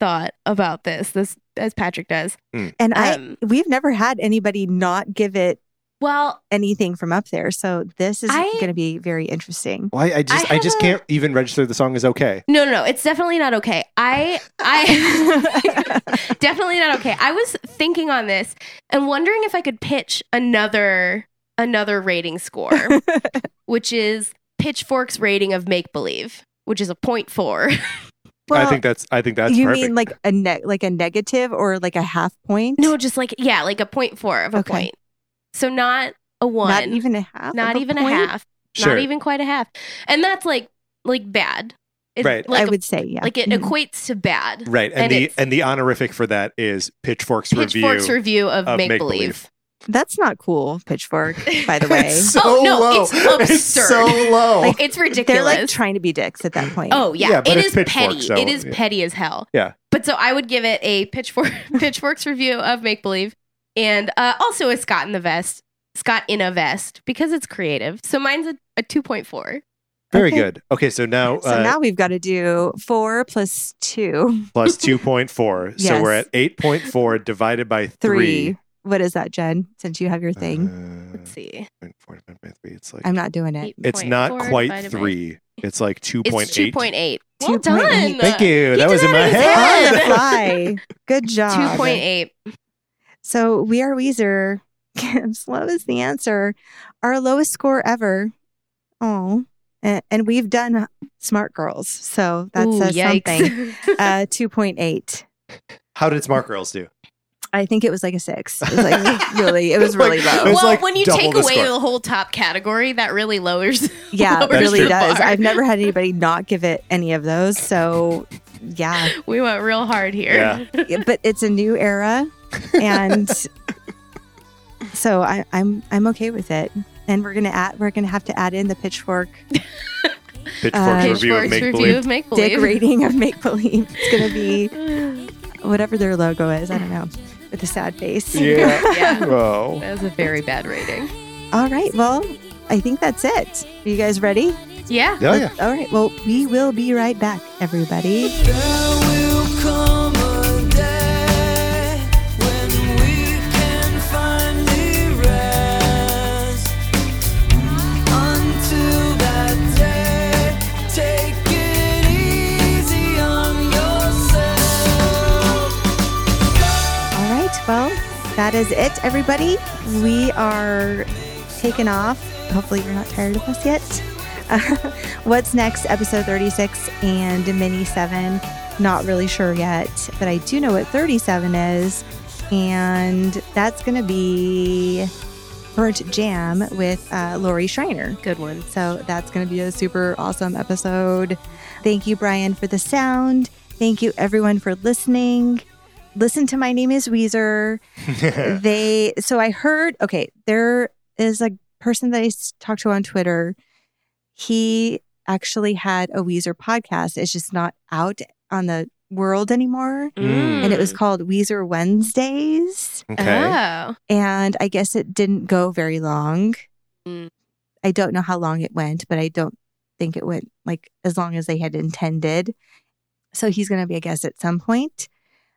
S2: thought about this. This as Patrick does.
S1: and I
S2: Um,
S1: we've never had anybody not give it
S2: well,
S1: anything from up there, so this is
S2: I-
S1: going to be very interesting.
S3: Why I just I,
S2: have
S3: just
S2: a-
S3: can't even register the song is okay.
S2: no, no, no. It's definitely not okay. I I definitely not okay. I was thinking on this and wondering if I could pitch another another rating score. which is Pitchfork's rating of Make Believe, which is a point four.
S3: I think that's I think that's
S1: you
S3: perfect.
S1: mean like a ne- like a negative or like a half point?
S2: No, just like yeah, like a point four of a
S1: Okay.
S2: point. So not a one,
S1: not even a half. of
S2: not even a
S1: point?
S2: half,
S3: sure.
S2: not even quite a half, and that's like like bad. It's
S3: Right.
S2: Like
S1: I would say, yeah.
S2: like it
S1: Mhm.
S2: equates to bad.
S3: right. And,
S2: and
S3: the
S2: it's-
S3: and the honorific for that is Pitchfork's,
S2: Pitchfork's
S3: review.
S2: review of,
S3: of
S2: Make,
S3: Make
S2: Believe.
S1: That's not cool, Pitchfork, by the way.
S3: It's so
S2: Oh, no,
S3: low.
S2: it's absurd.
S3: so low.
S1: Like,
S2: It's
S1: They're
S2: ridiculous.
S1: like trying to be dicks at that point.
S2: Oh yeah,
S3: Yeah,
S2: it
S3: but it's
S2: is
S3: Pitchfork,
S2: petty.
S3: so-
S2: it is
S3: yeah.
S2: petty as hell.
S3: Yeah.
S2: But so I would give it a pitchfork pitchforks review of Make Believe, and uh, also a Scott in the vest, Scott in a vest because it's creative. So mine's a, a two point four.
S3: Very
S1: Okay.
S3: good. Okay, so now,
S1: So
S3: uh,
S1: now we've got to do four plus two,
S3: plus 2.4. So we're
S1: Yes.
S3: at 8.4 divided by 3.
S1: three. What is that, Jen? Since you have your thing,
S3: Uh,
S2: Let's see,
S3: 0.4 divided by three. It's like
S1: I'm not doing it.
S3: it's
S2: 8.4
S3: not quite
S2: divided by-
S3: 3. It's like 2.8.
S2: It's two point eight. Well
S1: 2.8.
S2: done.
S3: Thank you.
S2: He
S3: that
S2: did
S3: was in
S2: that
S3: my
S2: in his
S1: On
S3: head.
S1: the
S2: head.
S1: fly. Good job.
S2: Two point eight.
S1: So we are Weezer. Slow is the answer. Our lowest score ever. Oh, and, and we've done Smart Girls, so that says something. Uh, two point eight.
S3: How did Smart Girls do?
S1: I think it was like a six. It was like really, it was
S3: Like,
S1: really low.
S3: It was
S2: well,
S3: like
S2: when you
S3: double
S2: take
S3: the
S2: away
S3: score.
S2: the whole top category, that really lowers.
S1: Yeah, it
S2: lowers
S1: really
S2: the
S1: does.
S2: bar.
S1: I've never had anybody not give it any of those. So, yeah.
S2: We went real hard here.
S3: Yeah.
S1: Yeah, But it's a new era, and so I, I'm I'm okay with it. And we're gonna add we're gonna have to add in the pitchfork
S3: Pitchfork's
S1: Uh,
S3: review of
S2: Pitchfork's
S3: Make
S2: review
S3: Believe.
S2: of Make
S1: dick
S2: Believe.
S1: rating of make believe. It's gonna be whatever their logo is. I don't know. With a sad face.
S3: Yeah.
S2: yeah.
S3: Oh.
S2: That was a very bad rating.
S1: All right. Well, I think that's it. Are you guys ready?
S2: Yeah.
S3: Oh, yeah.
S1: All right. Well, we will be right back, everybody.
S4: There will come a day when we can finally rest. Until that day, take it easy on yourself.
S1: All right. Well, that is it, everybody. We are taking off. Hopefully, you're not tired of us yet. What's next? Episode 36 and mini 7. Not really sure yet, but I do know what 37 is. And that's going to be Burnt Jam with uh, Lori Schreiner.
S2: Good one.
S1: So that's going to be a super awesome episode. Thank you, Brian, for the sound. Thank you, everyone, for listening. Listen to My Name is Weezer. they, so I heard, okay, there is a person that I s- talked to on Twitter. he actually had a Weezer podcast. It's just not out on the world anymore. And it was called Weezer Wednesdays.
S3: Okay.
S2: Oh.
S1: And I guess it didn't go very long.
S2: Mm.
S1: I don't know how long it went, but I don't think it went like as long as they had intended. So he's going to be a guest at some point.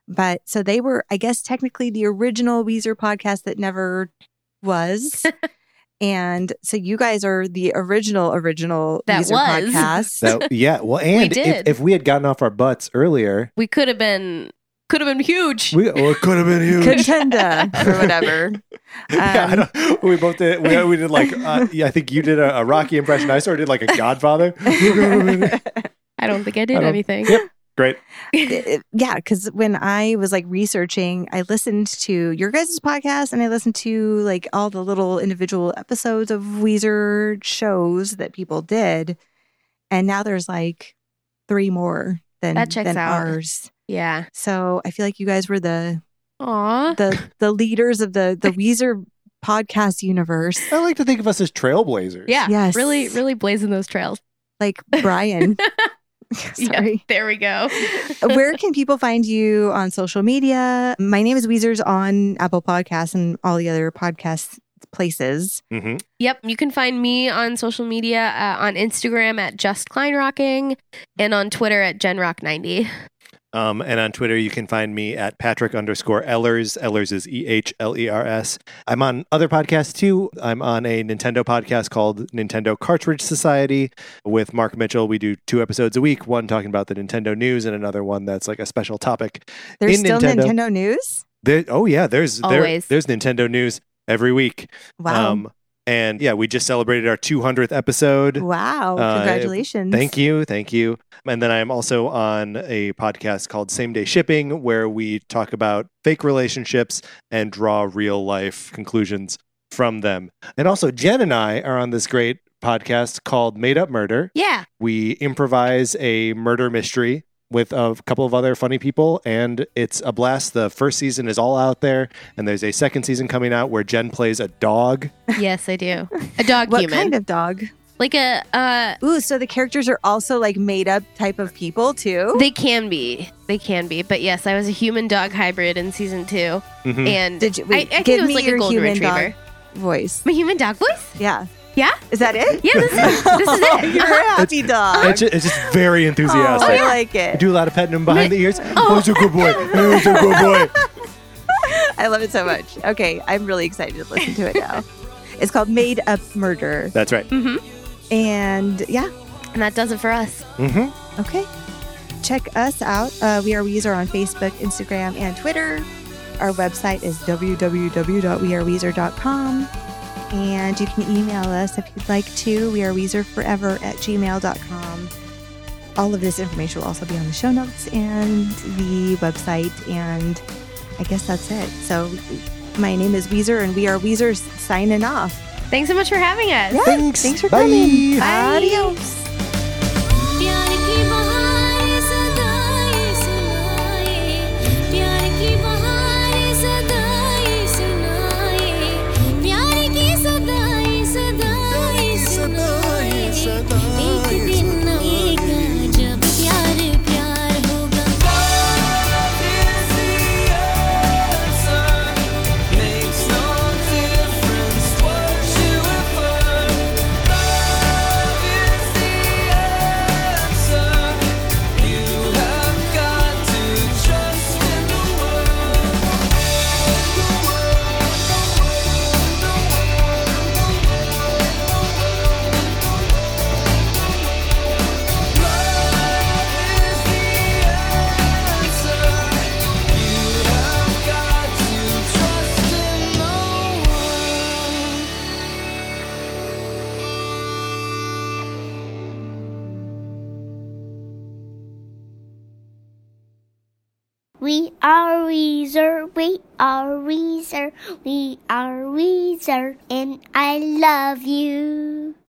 S1: But so they were, I guess, technically the original Weezer podcast that never was. and so you guys are the original, original
S2: That
S1: Weezer
S2: was.
S1: podcast.
S3: That- yeah. Well, and if,
S2: did.
S3: if we had gotten off our butts earlier,
S2: We could have been could have been huge.
S3: we well, it could have been huge.
S1: Contender or whatever.
S3: yeah, I
S1: Um,
S3: don't, we both did. We, we did like uh, yeah, I think you did a, a Rocky impression. I sort of did like a Godfather.
S2: I don't think I
S3: I
S2: did
S3: don't-
S2: anything.
S3: Yep. Great.
S1: Th- yeah, because when I was like researching, I listened to your guys' podcast and I listened to like all the little individual episodes of Weezer shows that people did, and now there's like three more than
S2: That checks
S1: than
S2: out.
S1: ours.
S2: Yeah.
S1: So I feel like you guys were the
S2: Aw.
S1: the the leaders of the the Weezer podcast universe.
S3: I like to think of us as trailblazers.
S2: Yeah.
S1: Yes.
S2: Really, really blazing those trails.
S1: Like Brian,
S2: Yeah,
S1: sorry.
S2: there we go.
S1: Where can people find you on social media? My name is Weezers on Apple Podcasts and all the other podcast places.
S3: hmm
S2: Yep, you can find me on social media uh, on Instagram at just kleinrocking and on Twitter at genrock90.
S3: Um, and on Twitter, you can find me at Patrick underscore Ellers. Ellers is E H L E R S. I'm on other podcasts too. I'm on a Nintendo podcast called Nintendo Cartridge Society with Mark Mitchell. We do two episodes a week, one talking about the Nintendo news and another one that's like a special topic.
S1: There's
S3: In
S1: still
S3: Nintendo.
S1: Nintendo, news.
S3: There, oh, yeah, there's, there,
S2: Always.
S3: there's Nintendo news every week.
S1: Wow.
S3: Um, and yeah, we just celebrated our 200th episode.
S1: wow.
S3: uh,
S1: Congratulations.
S3: Thank you. Thank you. And then I'm also on a podcast called Same Day Shipping, where we talk about fake relationships and draw real life conclusions from them. And also, Jen and I are on this great podcast called Made Up Murder.
S2: Yeah.
S3: We improvise a murder mystery with a couple of other funny people, and it's a blast. The first season is all out there, and there's a second season coming out where Jen plays a dog.
S2: Yes, I do. A dog
S1: What
S2: human.
S1: kind of dog?
S2: like a uh
S1: Ooh, so the characters are also like made up type of people too.
S2: they can be. They can be. But yes, I was a human dog hybrid in season 2
S3: Mhm.
S2: and
S1: Did you
S2: I, I
S1: wait,
S2: think
S1: give
S2: it was
S1: me
S2: like
S1: your
S2: a golden
S1: human dog.
S2: retriever.
S1: voice?
S2: My human dog voice?
S1: Yeah.
S2: Yeah?
S1: Is that it?
S2: Yeah, this is it. This is it. Uh-huh.
S1: You're a happy dog.
S3: It's, ju- it's just very
S1: Oh,
S3: enthusiastic.
S1: I like
S3: I
S1: it.
S3: do a lot of petting him behind
S2: Ma-
S3: the ears.
S2: Oh.
S3: Oh, it's a good boy. Oh, it's a good boy.
S1: I love it so much. Okay, I'm really excited to listen to it now. it's called Made Up Murder.
S3: That's right.
S1: And yeah,
S2: And that does it for us.
S3: hmm
S1: Okay. Check us out. Uh, we are Weezer on Facebook, Instagram, and Twitter. Our website is www.weareweezer.com. And you can email us if you'd like to. We are Weezer forever at gmail.com. All of this information will also be on the show notes and the website. And I guess that's it. So my name is Weezer, and we are Weezer signing off.
S2: Thanks so much for having us.
S3: Thanks.
S1: Thanks for
S3: Bye.
S1: coming.
S2: Bye.
S1: Adios.
S5: प्यार की बहार सदाई सुनाए प्यार की बहार सदाई सुनाए प्यार की सदाई सदाई सुनाए एक दिन एक जब प्यार प्यार होगा
S4: Makes no difference what you affirm. Love is the answer. You have got to trust in the world. Love is the answer. You have got to trust in no one.
S6: We are Weezer, we are Weezer, we are Weezer, and I love you.